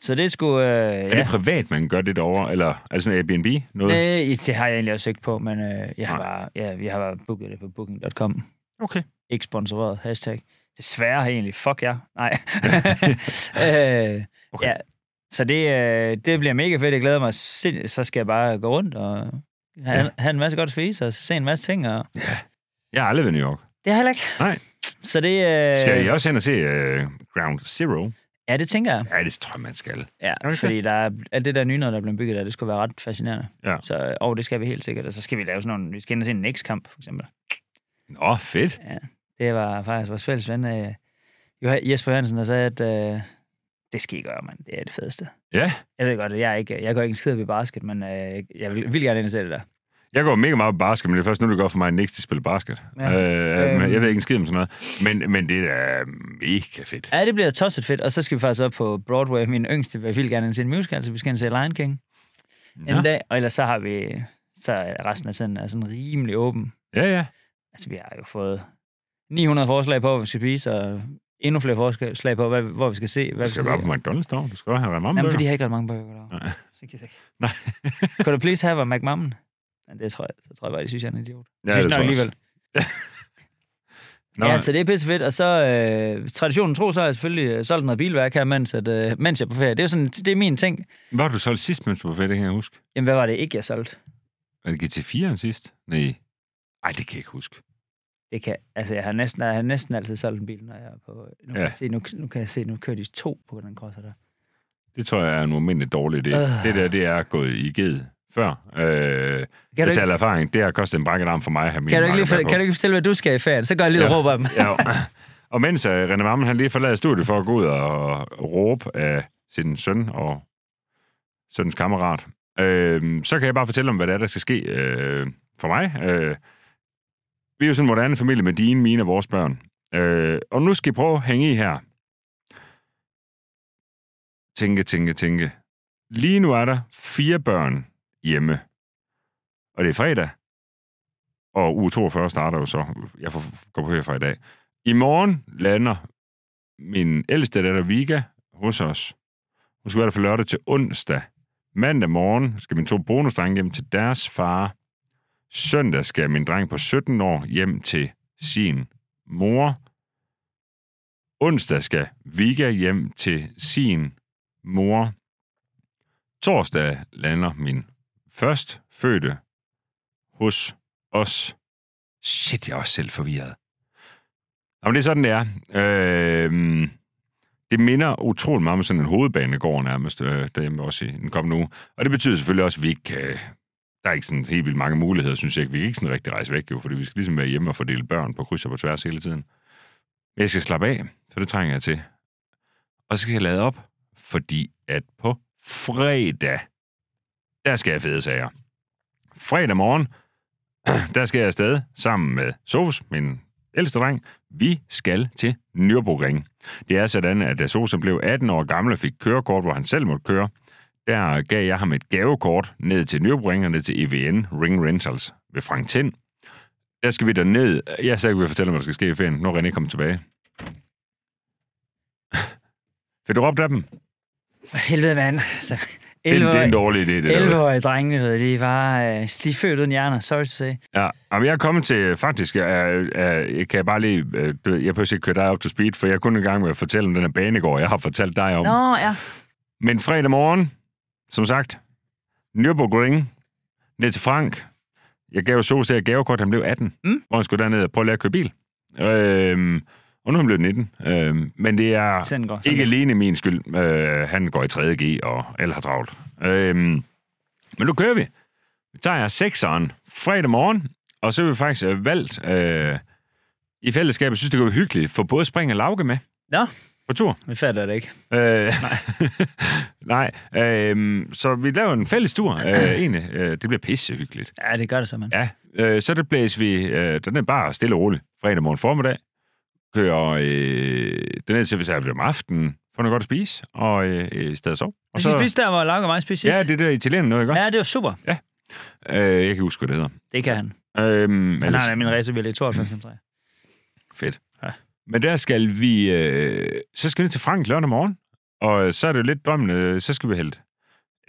Speaker 2: Så det skulle... Øh,
Speaker 1: Er
Speaker 2: ja. Øh.
Speaker 1: det privat, man gør det derovre? Eller er det sådan Airbnb? Noget?
Speaker 2: Nej, det har jeg egentlig også søgt på, men øh, jeg, har
Speaker 1: Nej.
Speaker 2: bare, ja, jeg har bare booket det på booking.com.
Speaker 1: Okay.
Speaker 2: Ikke sponsoreret. Hashtag. Desværre har jeg egentlig. Fuck jer. Nej. øh,
Speaker 1: Okay.
Speaker 2: okay. Ja. Så det, øh, det bliver mega fedt. Jeg glæder mig sind... Så skal jeg bare gå rundt og have,
Speaker 1: Ja.
Speaker 2: ja. have en masse godt at spise og se en masse ting. Og...
Speaker 1: Jeg har aldrig været i New York.
Speaker 2: Det har jeg heller ikke.
Speaker 1: Nej.
Speaker 2: Så det... Øh,
Speaker 1: Skal I også hen og se øh, Ground Zero?
Speaker 2: Ja, det tænker jeg.
Speaker 1: Ja, det tror jeg, man skal.
Speaker 2: Ja,
Speaker 1: du ikke
Speaker 2: fordi der er, alt det der nye noget, der er blevet bygget der, det skulle være ret fascinerende.
Speaker 1: Ja.
Speaker 2: Så øh, og det skal vi helt sikkert. Og så skal vi lave sådan nogle... Vi skal ind og se en Knicks-kamp, for eksempel.
Speaker 1: Nå, fedt.
Speaker 2: Det var faktisk vores fælles ven, øh, Johan- Jesper Hansen, der sagde, at øh, det skal I gøre, mand. Det er det fedeste.
Speaker 1: Ja.
Speaker 2: Jeg ved godt, at jeg, er ikke, jeg går ikke en skid op i basket, men øh, jeg vil, vil gerne ind og se det der.
Speaker 1: Jeg går mega meget på basket, men det er først nu, det går for mig, at Nix de spiller basket.
Speaker 2: Ja.
Speaker 1: Ja. Øh, men
Speaker 2: Øhm.
Speaker 1: jeg ved ikke en skid om sådan noget. Men, men det er mega fedt.
Speaker 2: Ja, det bliver tosset fedt. Og så skal vi faktisk op på Broadway. Min yngste vil vildt gerne ind og se en musical, så vi skal ind og se Lion King ja.
Speaker 1: Ja.
Speaker 2: en dag. Og ellers så har vi... Så er resten af tiden er sådan rimelig åben.
Speaker 1: ja, ja.
Speaker 2: Altså, vi har jo fået 900 forslag på, hvad vi skal spise, og endnu flere forslag på, hvad, hvor vi skal se. Hvad
Speaker 1: Du skal
Speaker 2: vi
Speaker 1: bare på McDonald's dog. Du skal have ramme.
Speaker 2: Jamen, fordi jeg har ikke ret mange burger derovre.
Speaker 1: Nej.
Speaker 2: Så gider jeg ikke.
Speaker 1: Nej.
Speaker 2: Could I please have a McMammen? Men det tror jeg, så tror jeg bare, de synes, jeg er en idiot.
Speaker 1: Ja,
Speaker 2: synes
Speaker 1: det
Speaker 2: nok
Speaker 1: tror jeg også.
Speaker 2: Nå, ja, så det er pisse fedt. Og så, øh, traditionen tro, så har jeg selvfølgelig øh, solgt noget bilværk her, mens, at, øh, mens jeg er på ferie. Det er jo sådan, det er min ting.
Speaker 1: Hvad har du solgt sidst, mens du var fedt, det kan jeg huske?
Speaker 2: Jamen, hvad var det ikke, jeg solgte?
Speaker 1: Var det GT4'en sidst? Nej. Ej, det kan jeg ikke huske.
Speaker 2: Det kan, altså, jeg har næsten, jeg har næsten altid solgt en bil, når jeg er på... Nu, kan,
Speaker 1: Ja.
Speaker 2: jeg se, nu, nu kan jeg se, nu kører de to på den crosser der.
Speaker 1: Det tror jeg er en ualmindelig dårlig idé.
Speaker 2: Øh.
Speaker 1: Det der, det er gået i ged før. Øh,
Speaker 2: Kan du,
Speaker 1: jeg
Speaker 2: ikke,
Speaker 1: taler erfaring. Det har kostet en brækket arm for mig at have min
Speaker 2: kan, du ikke lige,
Speaker 1: makker med
Speaker 2: for,
Speaker 1: på.
Speaker 2: kan du ikke fortælle, hvad du skal i ferien? Så går jeg lige og
Speaker 1: Ja.
Speaker 2: råber dem.
Speaker 1: ja. Og mens uh, René Mammen, han lige forlader studiet for at gå ud og råbe af sin søn og søns kammerat, øh, så kan jeg bare fortælle om, hvad det er, der skal ske øh, for mig. Øh, vi er jo sådan en moderne familie med dine, mine og vores børn. Øh, og nu skal I prøve at hænge i her. Tænke, tænke, tænke. Lige nu er der fire børn hjemme. Og det er fredag. Og uge 42 starter jo så. Jeg får, går på ferie fra i dag. I morgen lander min ældste datter Vika hos os. Hun skal være der fra lørdag til onsdag. Mandag morgen skal mine to bonusdrenge hjem til deres far. Søndag skal min dreng på 17 år hjem til sin mor. Onsdag skal Vika hjem til sin mor. Torsdag lander min førstfødte hos os. Shit, jeg er også selv forvirret. Nå, men det er sådan, det er. Øh, det minder utrolig meget om sådan en hovedbanegård nærmest, øh, derhjemme også i den kommende uge. Og det betyder selvfølgelig også, at vi ikke kan... Der er ikke sådan helt vildt mange muligheder, synes jeg ikke. Vi kan ikke sådan rigtig rejse væk, jo, fordi vi skal ligesom være hjemme og fordele børn på kryds og på tværs hele tiden. Men jeg skal slappe af, for det trænger jeg til. Og så skal jeg lade op, fordi at på fredag, der skal jeg fede sager. Fredag morgen, der skal jeg afsted sammen med Sofus, min ældste dreng. Vi skal til Nürburgring. Det er sådan, at da Sofus blev 18 år gammel og fik kørekort, hvor han selv måtte køre, der gav jeg ham et gavekort ned til Nürburgring og ned til EVN Ring Rentals ved Frank Tind. Der skal vi derned. Jeg sagde, at fortælle, hvad der skal ske i ferien. Nu er René kommet tilbage. Vil du råbe af dem?
Speaker 2: For helvede, mand. Så,
Speaker 1: Det, det er en
Speaker 2: 11
Speaker 1: dårlig idé, det der.
Speaker 2: 11-årige drenge, du ved, de var øh, de er født uden hjerner, sorry to say.
Speaker 1: Ja, og jeg er kommet til, faktisk, jeg, jeg, jeg kan bare lige, øh, du ved, jeg behøver ikke køre dig op to speed, for jeg er kun i gang med at fortælle om den her banegård, jeg har fortalt dig om.
Speaker 2: Nå, ja.
Speaker 1: Men fredag morgen, som sagt, Nürburgring, ned til Frank. Jeg gav jo Sos det her gavekort, han blev 18,
Speaker 2: Mm.
Speaker 1: hvor han skulle derned og prøve at lære at køre bil. Øhm, og nu er han blevet 19. Øhm, men det er
Speaker 2: Sådan går sådan.
Speaker 1: ikke alene min skyld. Øh, han går i 3.G, og alle har travlt. Øhm, men nu kører vi. Vi tager sekseren fredag morgen, og så har vi faktisk øh, valgt øh, i fællesskabet, synes det kunne være hyggeligt, for både spring og lauke med
Speaker 2: Nå,
Speaker 1: på tur.
Speaker 2: vi fatter det ikke.
Speaker 1: Øh, nej. nej øh, så vi laver en fælles tur, øh, egentlig. Øh, det bliver pissehyggeligt.
Speaker 2: Ja, det gør det så, mand.
Speaker 1: Ja, øh, så det blæser vi, øh, den er bare stille og roligt, fredag morgen formiddag. Kører øh, den ned til reserve om aftenen, får noget godt at spise, og øh, øh, stadig sove.
Speaker 2: Og
Speaker 1: Og
Speaker 2: så... Vi spiste der, hvor Lauke og mig spiste sidst.
Speaker 1: ja, det der italiener noget, ikke?
Speaker 2: ja, det var super.
Speaker 1: Ja. Øh, jeg kan ikke huske, hvad det
Speaker 2: Det kan han.
Speaker 1: hedder. Øhm,
Speaker 2: Han har min racerbil i 92 som
Speaker 1: Fedt.
Speaker 2: Ja.
Speaker 1: Men der skal vi... Øh, så skal vi ned til Frank lørdag morgen, og så er det jo lidt drømmen, øh, så skal vi hælde...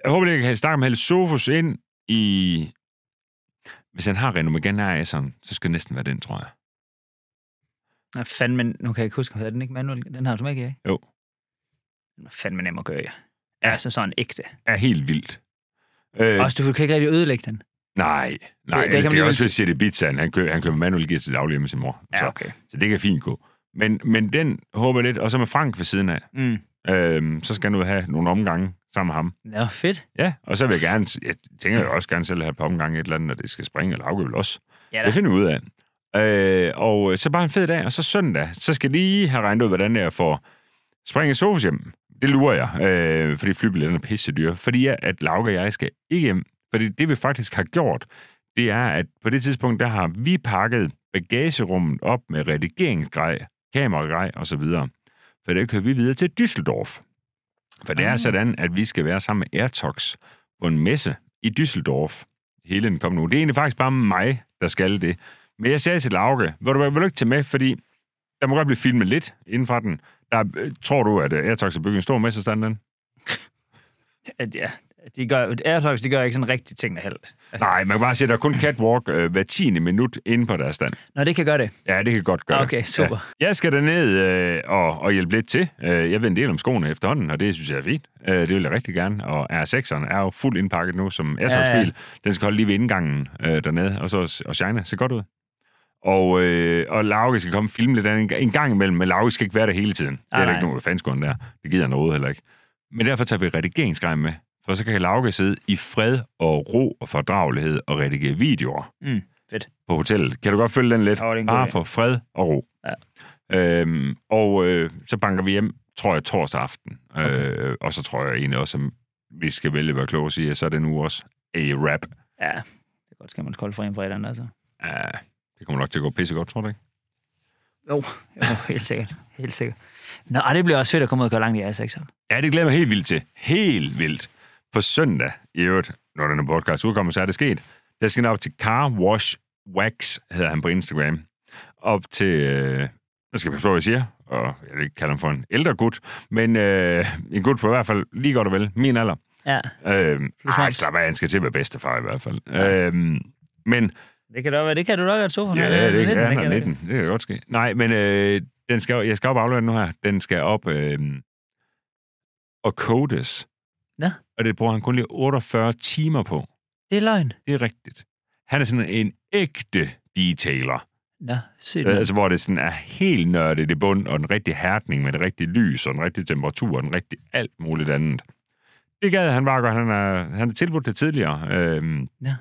Speaker 1: Jeg håber, det kan snakke om at hælde Sofus ind i... Hvis han har Renault Megane RS'eren, så skal det næsten være den, tror jeg.
Speaker 2: Nå, fandme, nu kan jeg ikke huske, hvad den ikke manuel? Den har automatik, ikke?
Speaker 1: Jo.
Speaker 2: Den var fandme nem at gøre, ja. Ja. Altså sådan ægte.
Speaker 1: Er helt vildt. Øh,
Speaker 2: Øh. Også, du kan ikke rigtig ødelægge den.
Speaker 1: Nej, nej.
Speaker 2: det
Speaker 1: Det, det,
Speaker 2: kan
Speaker 1: det
Speaker 2: man
Speaker 1: er
Speaker 2: jo
Speaker 1: også
Speaker 2: vel-
Speaker 1: hvis Sætte Pizzaen. Han kører, han kører manuel gear til daglig med sin mor. Så,
Speaker 2: okay.
Speaker 1: så, det kan fint gå. Men, men den håber jeg lidt. Og så med Frank ved siden af.
Speaker 2: Mm.
Speaker 1: Øh, så skal han ud og have nogle omgange sammen med ham.
Speaker 2: Nå, fedt.
Speaker 1: Ja, og så vil jeg gerne, jeg tænker jo også gerne selv have et par omgange et eller andet, når det skal springe eller afgøvel også.
Speaker 2: Ja,
Speaker 1: Ja,
Speaker 2: da.
Speaker 1: det finder vi ud af. Øh, og øh, så bare en fed dag, og så søndag, så skal jeg lige have regnet ud, hvordan jeg får springet Sofus hjem. Det lurer jeg, øh, fordi flybilletterne er pisse dyre. Fordi jeg, at Lauke og jeg skal ikke hjem, fordi det vi faktisk har gjort, det er, at på det tidspunkt, der har vi pakket bagagerummet op med redigeringsgrej, kameragrej og så videre. For det kører vi videre til Düsseldorf. For det er
Speaker 2: Ah.
Speaker 1: sådan, at vi skal være sammen med Airtox på en messe i Düsseldorf hele den kommende uge. Det er egentlig faktisk bare mig, der skal det. Men jeg sagde til Lauke, hvor du hvad, vil du ikke tage med, fordi der må godt blive filmet lidt inden fra den. Der, øh, tror du, at øh, Airtox har bygget en stor messestand den?
Speaker 2: At, ja. De gør, Airtox, de gør ikke sådan rigtig ting med held.
Speaker 1: Nej, man kan bare sige, at der er kun catwalk øh, hver tiende minut inde på deres stand.
Speaker 2: Nå, det kan gøre det.
Speaker 1: Ja, det kan godt gøre. det.
Speaker 2: Okay, super.
Speaker 1: Ja. Jeg skal derned øh, og, og hjælpe lidt til. Øh, jeg ved en del om skoene efterhånden, og det synes jeg er fint. Øh, det vil jeg rigtig gerne. Og R6'eren er jo fuldt indpakket nu som r
Speaker 2: Ja, ja.
Speaker 1: bil. Den skal holde lige ved indgangen øh, dernede, og så og shine. Ser godt ud. Og, øh, og Lauke skal komme og filme lidt af en, en gang imellem, men Lauke skal ikke være der hele tiden. Det er
Speaker 2: Nej,
Speaker 1: der
Speaker 2: Ah, nej.
Speaker 1: ikke nogen fanskåren der. Det gider han overhovedet heller ikke. Men derfor tager vi redigeringsgrej med, for så kan Lauke sidde i fred og ro og fordragelighed og redigere videoer
Speaker 2: Mm, fedt.
Speaker 1: på hotellet. Kan du godt følge den lidt?
Speaker 2: Ja, det er en god
Speaker 1: Bare
Speaker 2: idé.
Speaker 1: for fred og ro.
Speaker 2: Ja.
Speaker 1: Øhm, og øh, så banker vi hjem, tror jeg, torsdag aften. Okay. Øh, og så tror jeg egentlig også, at vi skal vælge, hvad kloge siger, så er det nu også A-rap.
Speaker 2: Ja, det er godt, skal man kolde fra en fredag, altså.
Speaker 1: Ja, det kommer nok til at gå pissegodt, tror du ikke?
Speaker 2: Jo, helt sikkert. Helt sikkert. Nå, ej, det bliver også fedt at komme ud og køre langt i altså. A6'eren.
Speaker 1: Ja, det glæder jeg mig helt vildt til. Helt vildt. På søndag, i øvrigt, når den her podcast udkommer, så er det sket. Der skal han op til Car Wash Wax, hedder han på Instagram. Op til, øh, jeg skal passe på, hvad jeg siger, og jeg vil ikke kalde ham for en ældre gut, men øh, en gut på i hvert fald lige godt og vel, min alder.
Speaker 2: Ja,
Speaker 1: Øh,
Speaker 2: Plus
Speaker 1: ej,
Speaker 2: minus.
Speaker 1: slap af, han skal til at være bedstefar i hvert fald. Øh, men
Speaker 2: det kan, du, det kan du nok have et sofa.
Speaker 1: Ja, det, det,
Speaker 2: kan
Speaker 1: ja, han er
Speaker 2: jeg da.
Speaker 1: 19. Det kan godt ske. Nej, men øh, den skal, jeg skal op og aflevere den nu her. Den skal op øh, og codes.
Speaker 2: Nå.
Speaker 1: Og det bruger han kun lige 48 timer på.
Speaker 2: Det er løgn.
Speaker 1: Det er rigtigt. Han er sådan en ægte detailer.
Speaker 2: Nå, sygt.
Speaker 1: Øh,
Speaker 2: mand.
Speaker 1: altså, hvor det sådan er helt nørdet i bund, og den rigtige hærdning med det rigtige lys, og den rigtige temperatur, og den rigtige alt muligt andet. Det gad han bare godt. Han er, han er tilbudt det tidligere. Øhm,
Speaker 2: Ja.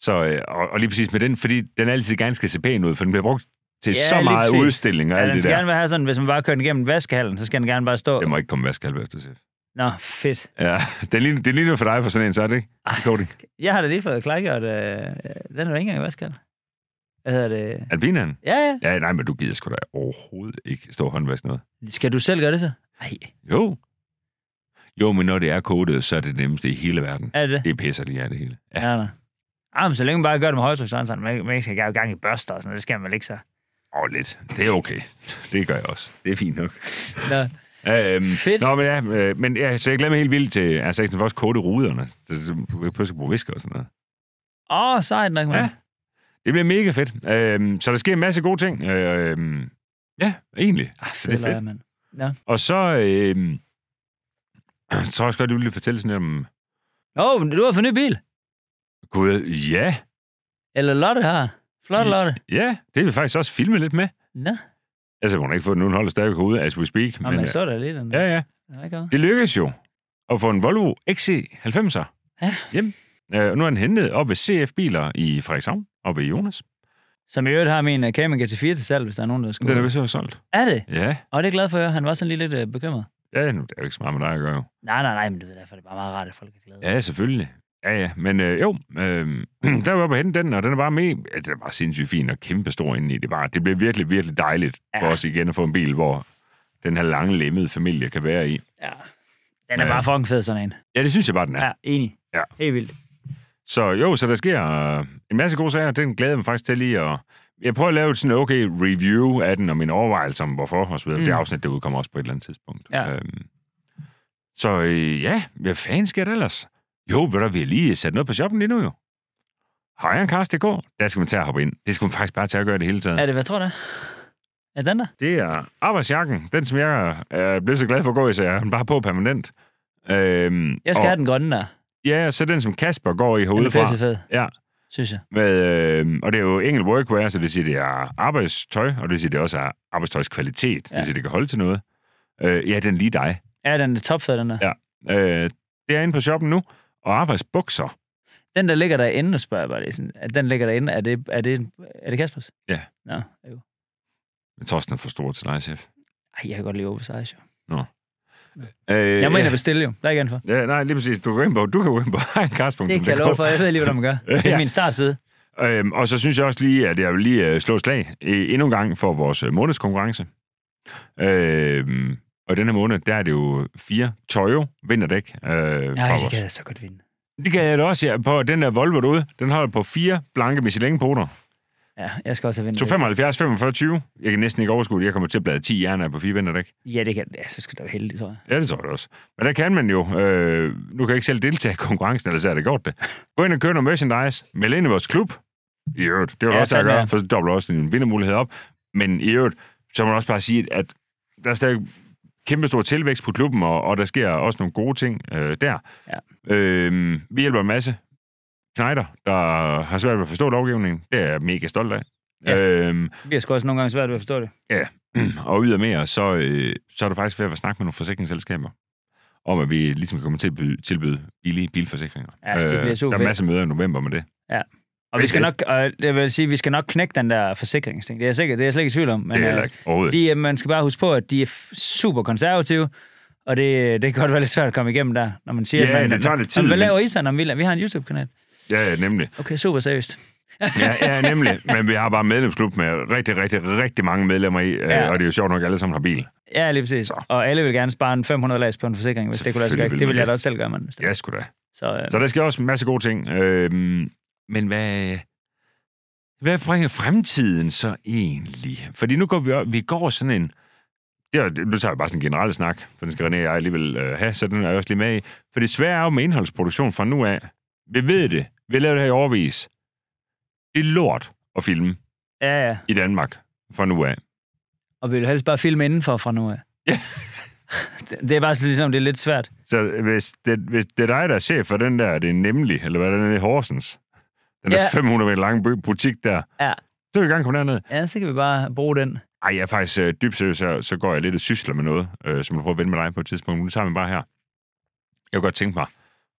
Speaker 1: Så, øh, og, og lige præcis med den, fordi den altid gerne skal se pæn ud, for den bliver brugt til
Speaker 2: Ja,
Speaker 1: så
Speaker 2: lige
Speaker 1: meget
Speaker 2: præcis.
Speaker 1: udstilling og
Speaker 2: Ja,
Speaker 1: alt
Speaker 2: den
Speaker 1: det
Speaker 2: skal
Speaker 1: der.
Speaker 2: gerne være her sådan, hvis man bare kører den igennem vaskehallen, så skal den gerne bare stå.
Speaker 1: Det må ikke komme vaskehalv efter, chef.
Speaker 2: Nå, fedt.
Speaker 1: Ja, det er lige, det er lige noget for dig for sådan en, så er det ikke? Cody.
Speaker 2: Jeg har da lige fået klargjort, øh, den er jo ikke engang i vaskehallen. Hvad hedder det?
Speaker 1: Albinaen?
Speaker 2: Ja, ja.
Speaker 1: Ja, nej, men du gider sgu da overhovedet ikke stå og håndvaske noget.
Speaker 2: Skal du selv gøre det så? Nej,
Speaker 1: Jo. Jo, men når det er kodet, så er det det nemmeste i hele verden.
Speaker 2: er det det?
Speaker 1: Det pisser lige af det hele. Ja.
Speaker 2: Ja, nej. Ah, men så længe man bare gør det med højtryksrenseren, man, man ikke skal gøre gang i børster og sådan noget, det skal man vel ikke så.
Speaker 1: Og lidt. Det er okay. Det gør jeg også. Det er fint nok.
Speaker 2: Nå.
Speaker 1: Øhm,
Speaker 2: Fedt.
Speaker 1: Nå, men ja, øh, men ja, så jeg glemmer helt vildt til, altså jeg kan også kode ruderne, så du kan pludselig bruge visker og sådan noget.
Speaker 2: Åh, oh, sejt nok, mand.
Speaker 1: Ja. Det bliver mega fedt. Øhm, så der sker en masse gode ting. Øhm, ja, egentlig.
Speaker 2: Ah,
Speaker 1: Så det er fedt.
Speaker 2: mand.
Speaker 1: Og så, øhm, så tror jeg også godt, du vil fortælle sådan lidt om,
Speaker 2: Åh, oh, du har fået ny bil.
Speaker 1: gud, ja,
Speaker 2: Eller Lotte har. Flot
Speaker 1: Ja.
Speaker 2: Lotte.
Speaker 1: ja, det vil vi faktisk også filme lidt med.
Speaker 2: Nå,
Speaker 1: Altså, hun har ikke fået nogen hold stærke ude, as we speak.
Speaker 2: Nå men,
Speaker 1: øh,
Speaker 2: jeg så da lidt. Den.
Speaker 1: ja, ja.
Speaker 2: Ja, ikke også?
Speaker 1: Det lykkedes jo at få en Volvo XC90'er
Speaker 2: Ja.
Speaker 1: hjem. Øh, og nu er den hentet op ved CF Biler i Frederikshavn og ved Jonas.
Speaker 2: Som i øvrigt har min uh, Cayman GT4 til salg, hvis der er nogen, der skal.
Speaker 1: Den er vist også solgt.
Speaker 2: er det?
Speaker 1: Ja.
Speaker 2: Og det er jeg glad for at høre. Han var sådan lige lidt uh, bekymret.
Speaker 1: Ja, nu, det er jo ikke så meget med dig at gøre. jo.
Speaker 2: Nej, nej, nej, men det er derfor, det er bare meget rart, at folk er glade.
Speaker 1: Ja, selvfølgelig. Ja, ja. Men øh, jo, øh, der var jeg oppe og hente den, og den er bare med. Ja, den er bare sindssygt fin og kæmpe stor indeni. Det, bare, det bliver virkelig, virkelig dejligt ja. for
Speaker 2: Ja.
Speaker 1: os igen at få en bil, hvor den her lange, lemmede familie kan være i.
Speaker 2: ja. Den er
Speaker 1: Ja.
Speaker 2: bare fucking fed, sådan en.
Speaker 1: Ja, det synes jeg bare, den er.
Speaker 2: Ja, enig.
Speaker 1: Ja.
Speaker 2: Helt vildt.
Speaker 1: Så jo, så der sker øh, en masse gode sager. Den glæder jeg mig faktisk til lige at... Jeg prøver at lave et sådan okay review af den, og min overvejelse om hvorfor, og så videre.
Speaker 2: Mm.
Speaker 1: Mm. Det afsnit, det udkommer også på et eller andet tidspunkt.
Speaker 2: Ja.
Speaker 1: Øhm, så øh, ja, hvad fanden sker der ellers? Jo, ved du, hvad, vi har lige sat noget på shoppen lige nu jo. Hirencast.dk, der skal man tage at hoppe ind. Det skal man faktisk bare tage at gøre det hele taget.
Speaker 2: Er det, hvad tror du? det er? Er det den der?
Speaker 1: Det er arbejdsjakken, den som jeg øh, er blevet så glad for at gå i, så jeg har den bare på permanent. Øhm,
Speaker 2: Jeg skal have den grønne der.
Speaker 1: Ja, så den som Kasper går i
Speaker 2: Den er
Speaker 1: herudefra.
Speaker 2: pisse fed,
Speaker 1: Ja,
Speaker 2: synes jeg.
Speaker 1: Med, øh, og det er jo enkelt workwear, så det vil sige, det er arbejdstøj, og det vil sige, det også er arbejdstøjskvalitet. Ja. Det
Speaker 2: Ja.
Speaker 1: vil sige, det kan holde til noget. Øh, ja, den er lige dig.
Speaker 2: Ja, den er topfed, den der.
Speaker 1: Ja. Øh, det er inde på shoppen nu, og arbejdsbukser.
Speaker 2: Den, der ligger derinde, nu spørger jeg bare lige sådan, at den ligger derinde, er det, er det, er det Kaspers?
Speaker 1: Ja.
Speaker 2: Nå, jo.
Speaker 1: Jeg tror også, den er for stor til dig, chef.
Speaker 2: Ej, jeg kan godt lide oversize, jo.
Speaker 1: Øh,
Speaker 2: Jeg må ind og
Speaker 1: ja.
Speaker 2: bestille, jo. Der er ikke andet for.
Speaker 1: ja, nej, lige præcis. Du kan gå ind på, du kan gå ind på Karsten.dk.
Speaker 2: Det kan jeg love for. Jeg ved lige, hvordan man gør. Det er
Speaker 1: Ja.
Speaker 2: min startside.
Speaker 1: Øhm, og så synes jeg også lige, at jeg vil lige øh, slå et slag øh, endnu en gang for vores øh, månedskonkurrence. Øhm, og i denne måned, der er det jo fire Toyo vinterdæk. Øh,
Speaker 2: Nej,
Speaker 1: Nej,
Speaker 2: det kan jeg så godt vinde.
Speaker 1: Det kan jeg da også, ja. På den der Volvo derude, den holder på fire blanke Michelin-poter.
Speaker 2: Ja, jeg skal også have vinter.
Speaker 1: 275, 45, 20. Jeg kan næsten ikke overskue det. Jeg kommer til at blade 10 jern af på fire vinterdæk.
Speaker 2: Ja, det kan ja, så skal du være heldig, tror jeg.
Speaker 1: Ja, det tror jeg da også. Men der kan man jo... Øh, nu kan jeg ikke selv deltage i konkurrencen, ellers har det gjort det. Gå ind og købe noget merchandise. Meld ind i vores klub. I øvrigt. Det var
Speaker 2: Ja,
Speaker 1: ja, også, der
Speaker 2: fandme,
Speaker 1: gør,
Speaker 2: ja.
Speaker 1: for så dobbler også din vindermulighed op. Men i øvrigt, så må man også bare sige, at der er stadig kæmpe stor tilvækst på klubben, og, og der sker også nogle gode ting øh, der. Ja. Øh, vi hjælper en masse knejder, der har svært ved at forstå lovgivningen. Det er jeg mega stolt af.
Speaker 2: Ja.
Speaker 1: Ja. Øhm,
Speaker 2: Vi har sgu også nogle gange svært ved at forstå det.
Speaker 1: Mm. og ydermere, så, øh, så er du faktisk ved at være snak med nogle forsikringsselskaber om, at vi ligesom kommer til at byde, tilbyde billige bilforsikringer. Øh,
Speaker 2: Ja, det bliver super
Speaker 1: Der
Speaker 2: fedt.
Speaker 1: er masser af møder i november med det.
Speaker 2: Og vi skal nok, og jeg vil sige, vi skal nok knække den der forsikringsting. Det er jeg, sikkert, det er jeg slet ikke i tvivl om. Men,
Speaker 1: det er
Speaker 2: øh,
Speaker 1: heller ikke overhovedet.
Speaker 2: De, øh, man skal bare huske på, at de er f- super konservative, og det, det kan godt være lidt svært at komme igennem der, når man siger,
Speaker 1: Ja,
Speaker 2: at man,
Speaker 1: det tager lidt tid,
Speaker 2: Jamen, Hvad
Speaker 1: men-
Speaker 2: laver I så, når vi, la- vi har en YouTube-kanal?
Speaker 1: Ja, ja, nemlig.
Speaker 2: Okay, super seriøst.
Speaker 1: Ja, ja, nemlig. Men vi har bare en medlemsklub med rigtig, rigtig, rigtig mange medlemmer i,
Speaker 2: Ja.
Speaker 1: ja. og det er jo sjovt nok, at alle sammen har bil.
Speaker 2: Ja, lige præcis. Så. Og alle vil gerne spare en 500 lads på en forsikring, hvis det kunne lade sig
Speaker 1: Selvfølgelig
Speaker 2: gøre.
Speaker 1: vil
Speaker 2: Det
Speaker 1: man
Speaker 2: vil jeg
Speaker 1: det.
Speaker 2: da også selv gøre, mand. hvis det-
Speaker 1: Ja, sgu da.
Speaker 2: Så, øh,
Speaker 1: Så der sker også en masse gode ting. Øhm, men hvad... Hvad bringer fremtiden så egentlig? Fordi nu går vi, op- vi går sådan en... Det er, nu tager jeg bare sådan en generel snak, for den skal René og jeg alligevel øh, have, så den er jeg også lige med i. For det svære er jo med indholdsproduktion fra nu af. Vi ved det. Vi laver det her i overvis. Det er lort at filme
Speaker 2: ja, ja.
Speaker 1: i Danmark fra nu af.
Speaker 2: Og vi vil helst bare filme indenfor fra nu af.
Speaker 1: Ja.
Speaker 2: det, det er bare sådan, ligesom, det er lidt svært.
Speaker 1: Så hvis det, hvis det er dig, der er chef for den der, det er nemlig, eller hvad er den er, Horsens, den der
Speaker 2: Ja.
Speaker 1: 500 meter lange bu- butik der,
Speaker 2: Ja.
Speaker 1: så vil vi gerne komme derned.
Speaker 2: Ja, så kan vi bare bruge den.
Speaker 1: Ej, jeg er faktisk øh, dybt seriøs, så, så går jeg lidt og sysler med noget, øh, som jeg prøver at vende med dig på et tidspunkt. Nu tager vi bare her. Jeg kunne godt tænke mig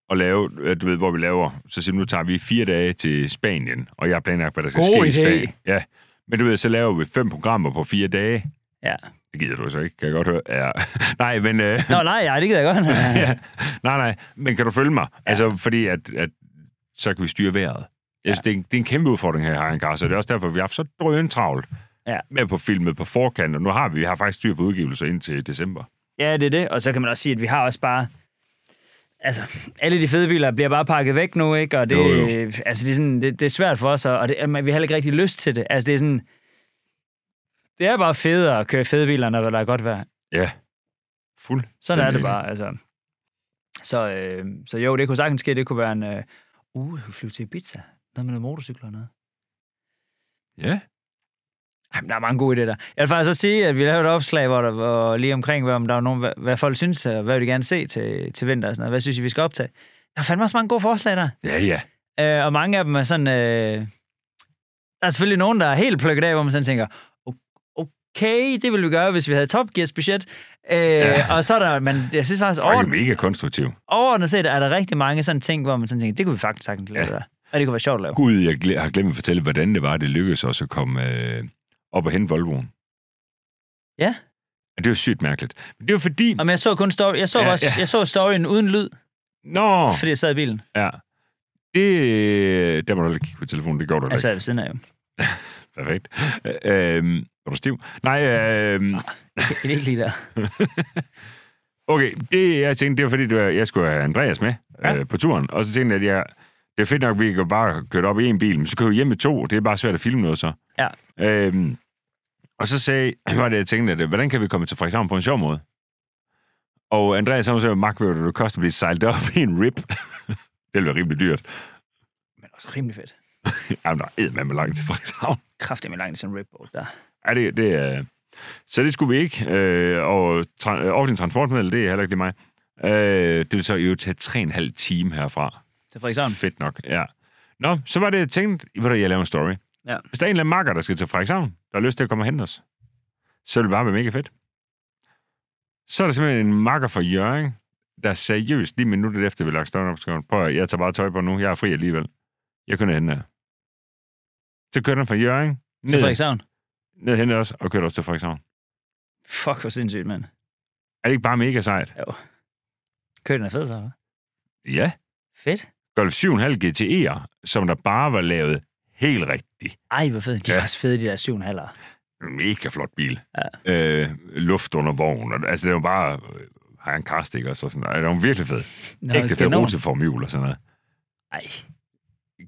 Speaker 1: at lave, øh, du ved, hvor vi laver, så siger vi, nu tager vi fire dage til Spanien, og jeg har planlagt, hvad der skal
Speaker 2: God
Speaker 1: ske i
Speaker 2: idé.
Speaker 1: Spanien. Ja, men du ved, så laver vi fem programmer på fire dage.
Speaker 2: Ja.
Speaker 1: Det gider du så ikke, kan jeg godt høre. Ja. Nej, men... Øh,
Speaker 2: Nå, nej, ja, det gider jeg godt.
Speaker 1: ja. Nej, nej, men kan du følge mig? Ja. Altså, fordi at, at så kan vi styre vejret. Jeg synes, ja. det, er en, det er en kæmpe udfordring her i Harenkar, så det er også derfor, vi har haft så drøn travlt
Speaker 2: Ja.
Speaker 1: med på filmet på forkant, og nu har vi, vi har faktisk styr på udgivelser indtil december.
Speaker 2: Ja, det er det. Og så kan man også sige, at vi har også bare... Altså, alle de fede biler bliver bare pakket væk nu, ikke? Og det,
Speaker 1: Jo, jo.
Speaker 2: øh, Altså, det, er sådan, det, det er svært for os, og og det, jamen, vi har heller ikke rigtig lyst til det. Altså, det er sådan... Det er bare federe at køre i fede biler, når der er godt vejr.
Speaker 1: Ja. Fuld.
Speaker 2: Sådan er det
Speaker 1: Enig.
Speaker 2: bare, altså. Så, øh, så jo, det kunne sagtens ske, det kunne være en, øh, uh, jeg kunne flyve til Ibiza, noget med noget motorcykler og noget.
Speaker 1: Ja.
Speaker 2: Ej, men der er mange gode idéer der. Jeg vil faktisk også sige, at vi lavede et opslag, hvor der var lige omkring, hvad, om der var nogen, hvad, hvad folk synes, og hvad vil de gerne se til, til vinter og sådan noget. Hvad synes I, vi skal optage? Der er fandme også mange gode forslag der.
Speaker 1: Ja, ja.
Speaker 2: Øh, og mange af dem er sådan... Øh, der er selvfølgelig nogen, der er helt plukket af, hvor man sådan tænker, "O- okay, det ville vi gøre, hvis vi havde Top Gears budget. Øh, ja. Og så er der, men jeg synes faktisk,
Speaker 1: Fuck,
Speaker 2: over,
Speaker 1: mega konstruktiv.
Speaker 2: overordnet set er der rigtig mange sådan ting, hvor man sådan tænker, det kunne vi faktisk sagtens lave
Speaker 1: Ja.
Speaker 2: ja. der. Og det kunne være sjovt at lave.
Speaker 1: Gud, jeg gle- har glemt at fortælle, hvordan det var, det lykkedes os at komme øh, op og hente Volvoen.
Speaker 2: Ja.
Speaker 1: Og Det var sygt mærkeligt. Men det var fordi...
Speaker 2: Og men jeg så kun story, jeg så,
Speaker 1: Ja,
Speaker 2: ja, også,
Speaker 1: ja.
Speaker 2: ja. jeg så storyen uden lyd,
Speaker 1: Nå!
Speaker 2: fordi jeg sad i bilen.
Speaker 1: Ja. Det... Der må du heller ikke kigge på telefonen, det gjorde du heller
Speaker 2: Jeg sad ved siden af. jo.
Speaker 1: ikke. Perfekt. Øh, var du stiv? Nej, øh,
Speaker 2: Det er ikke lige der.
Speaker 1: Okay, det jeg tænkte, det var fordi, det var, jeg skulle have Andreas med ja.
Speaker 2: Ja.
Speaker 1: øh, på turen. Og så tænkte jeg, at jeg, det er fedt nok, at vi kan bare køre op i en bil, men så kører vi hjem med to, det er bare svært at filme noget så.
Speaker 2: Ja.
Speaker 1: Øhm, og så sagde, var det, jeg tænkte, at, øh, hvordan kan vi komme til Frederikshavn på en sjov måde? Og Andreas han sagde, Mark, ved du, det koster at blive sejlet op i en rip? det ville være rimelig dyrt.
Speaker 2: Men også rimelig fedt.
Speaker 1: Jamen, der er med langt til Frederikshavn.
Speaker 2: Kraftigt med langt til en ripboat der.
Speaker 1: Ja, det, det er... Så det skulle vi ikke. Øh, og tra- øh, offentlig transportmiddel, det er heller ikke lige mig. Øh, det vil så jo tage 3,5 time herfra.
Speaker 2: Til Frederikshavn.
Speaker 1: Fedt nok, ja. Nå, så var det, jeg tænkte, ved du, jeg laver en story.
Speaker 2: Ja.
Speaker 1: Hvis der er en eller anden makker, der skal til Frederikshavn, der har lyst til at komme og hente os, så vil det bare være mega fedt. Så er der simpelthen en makker fra Jørgen, der seriøst lige minuttet efter, vi lagt storyen op, skrev, prøv at høre, jeg tager bare tøj på nu, jeg er fri alligevel. Jeg kunne hente her. Så kører den fra Jørgen,
Speaker 2: Til
Speaker 1: ned,
Speaker 2: Frederikshavn.
Speaker 1: ned hente os, og kører os til Frederikshavn.
Speaker 2: Fuck, hvor sindssygt, mand.
Speaker 1: Er det ikke bare mega sejt?
Speaker 2: Køden er fed, så. hva'?
Speaker 1: Ja.
Speaker 2: Fedt.
Speaker 1: Golf 7,5 GTE'er, som der bare var lavet helt rigtigt.
Speaker 2: Ej, hvor fedt. De er
Speaker 1: Ja.
Speaker 2: ja. faktisk fede, de der syv halver.
Speaker 1: Mega flot bil. Ja. Øh, luft under vognen. og- Altså, det var bare... øh, Har jeg en karstik og så sådan noget. Det var virkelig fed.
Speaker 2: Nå,
Speaker 1: Ægte fed
Speaker 2: kanon.
Speaker 1: roteformhjul og sådan noget.
Speaker 2: Ej.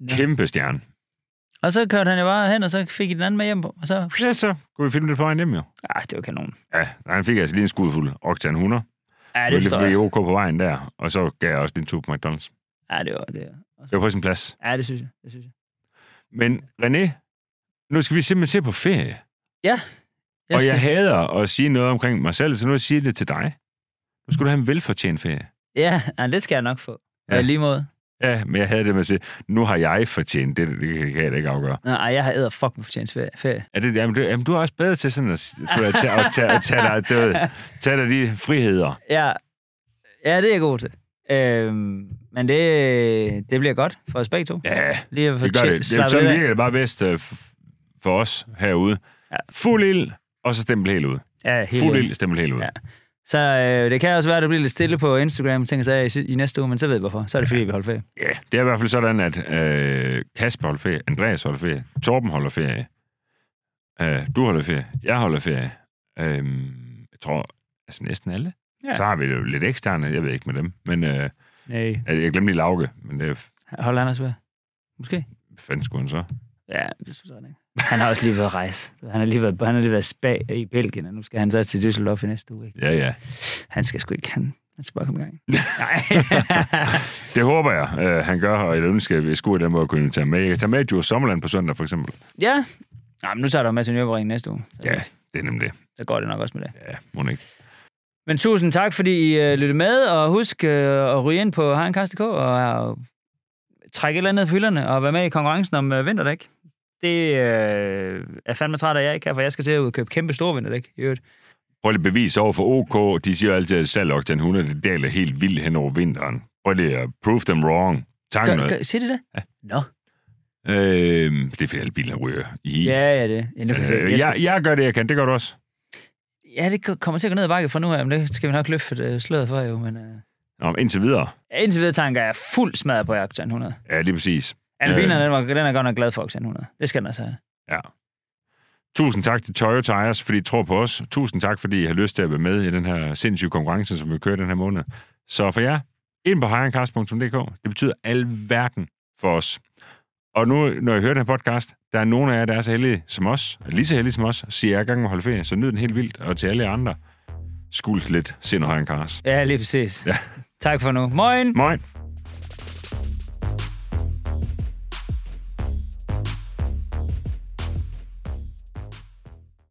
Speaker 1: Kæmpe stjerne.
Speaker 2: Og så kørte han jo bare hen, og så fik I den anden med hjem på. Og så...
Speaker 1: Ja, så kunne vi filme det på vejen hjem, jo.
Speaker 2: Ah, det var kanon.
Speaker 1: Ja, og han fik altså lige en skudfuld Octane 100.
Speaker 2: Ja, det
Speaker 1: det
Speaker 2: forstår
Speaker 1: blev
Speaker 2: jeg.
Speaker 1: OK på vejen der. Og så gav jeg også lige en tur på McDonald's.
Speaker 2: Ja, det var det. var-
Speaker 1: Det var på sin plads.
Speaker 2: Ja, det synes jeg. Det synes jeg.
Speaker 1: Men René, nu skal vi simpelthen se på ferie.
Speaker 2: jeg
Speaker 1: og
Speaker 2: skal...
Speaker 1: jeg hader at sige noget omkring mig selv, så nu siger jeg det til dig. Nu skulle du have en velfortjent ferie.
Speaker 2: Ja, ja, det skal jeg nok få.
Speaker 1: Ja.
Speaker 2: Ja. Og i lige måde.
Speaker 1: Ja, men jeg havde det med at sige, nu har jeg fortjent det, det kan jeg da ikke afgøre.
Speaker 2: Nå, ej, jeg har æder fucking fortjent ferie. ferie.
Speaker 1: Er det, jamen, du, jamen, du er også bedre til sådan at, at, at, tage, at, tage, at tage, dig, du ved, tage dig de friheder.
Speaker 2: Ja, ja det er jeg god til. Øhm, men det, det bliver godt for os begge to.
Speaker 1: Ja,
Speaker 2: Lige at få
Speaker 1: det gør
Speaker 2: tjek-
Speaker 1: det. det
Speaker 2: slappet
Speaker 1: sådan
Speaker 2: lidt af.
Speaker 1: virker det bare bedst øh, f- for os herude.
Speaker 2: Ja.
Speaker 1: Fuld ild, og så stempel helt ud.
Speaker 2: Ja, helt
Speaker 1: Fuld
Speaker 2: enig.
Speaker 1: ild, stempel helt ud.
Speaker 2: Ja. Så øh, det kan også være, at det bliver lidt stille på Instagram, tænker sig i, si- i næste uge, men så ved jeg hvorfor. Så er det fordi, vi holder ferie.
Speaker 1: Ja, det er i hvert fald sådan, at øh, Kasper holder ferie, Andreas holder ferie, Torben holder ferie, øh, du holder ferie, jeg holder ferie. Øh, jeg tror, altså næsten alle. Ja.
Speaker 2: Ja.
Speaker 1: Så har vi det jo lidt eksterne, jeg ved ikke med dem. Men øh,
Speaker 2: Nej.
Speaker 1: jeg glemte lige Lauke, men det er-
Speaker 2: Holder han også ferie? Måske?
Speaker 1: hvad fanden skulle han så.
Speaker 2: Ja, det synes jeg ikke. Han har også lige været at rejse. Han har lige været, han har lige været spa i Belgien, og nu skal han så til Düsseldorf i næste uge. Ikke?
Speaker 1: Ja, ja.
Speaker 2: Han skal sgu ikke. Han, han skal bare komme i gang.
Speaker 1: Det håber jeg, øh, han gør, og jeg ønsker, at vi skulle i den måde kunne tage med. Jeg kan tage med i Djurs Sommerland på søndag, for eksempel.
Speaker 2: ja. Nå, men nu tager du med til Nürburgring næste uge. Så,
Speaker 1: Ja, det er nemlig det.
Speaker 2: Så går det nok også med det.
Speaker 1: Ja, må den ikke.
Speaker 2: Men tusind tak, fordi I øh, lyttede med, og husk øh, at ryge ind på Harenkast.dk og øh, trække et eller andet af hylderne, og være med i konkurrencen om øh, vinterdæk. Det øh, er fandme træt af, jeg ikke kan, for jeg skal til at ud og købe kæmpe store vinterdæk. I øvrigt.
Speaker 1: Prøv lige at bevise over for OK. De siger altid, at salg af Octane 100 det daler helt vildt hen over vinteren. Prøv lige at prove them wrong. Tak
Speaker 2: Gør,
Speaker 1: noget.
Speaker 2: gør, siger de det? Ja. Nå.
Speaker 1: Øhm, det er fordi alle bilerne ryger i.
Speaker 2: Ja, ja, det. Ja, nu kan jeg, se.
Speaker 1: Øh,
Speaker 2: jeg
Speaker 1: jeg,
Speaker 2: skal,
Speaker 1: jeg gør det, jeg kan. Det gør du også.
Speaker 2: ja, det ko- kommer til at gå ned ad bakke fra nu af, men det skal vi nok løfte øh, sløret for, jo. Men øh,
Speaker 1: Nå, men indtil videre.
Speaker 2: indtil videre tanker jeg er fuld smadret på Octane 100.
Speaker 1: Ja, lige præcis.
Speaker 2: Albinerne, den, var, den er godt nok glad for Octane 100. Det skal den altså have.
Speaker 1: Ja. Tusind tak til Toyo Tires, fordi I tror på os. Tusind tak, fordi I har lyst til at være med i den her sindssyge konkurrence, som vi kører den her måned. Så for jer, ind på hejrenkast.dk. Det betyder alverden for os. Og nu, når jeg hører den her podcast, der er nogen af jer, der er så heldige som os, og lige så heldige som os, siger jeg, at jeg er i gang med at holde ferie, så nyd den helt vildt, og til alle jer andre. skult lidt senere end Cars.
Speaker 2: Ja, lige præcis.
Speaker 1: Ja.
Speaker 2: Tak for nu. Moin!
Speaker 1: Moin!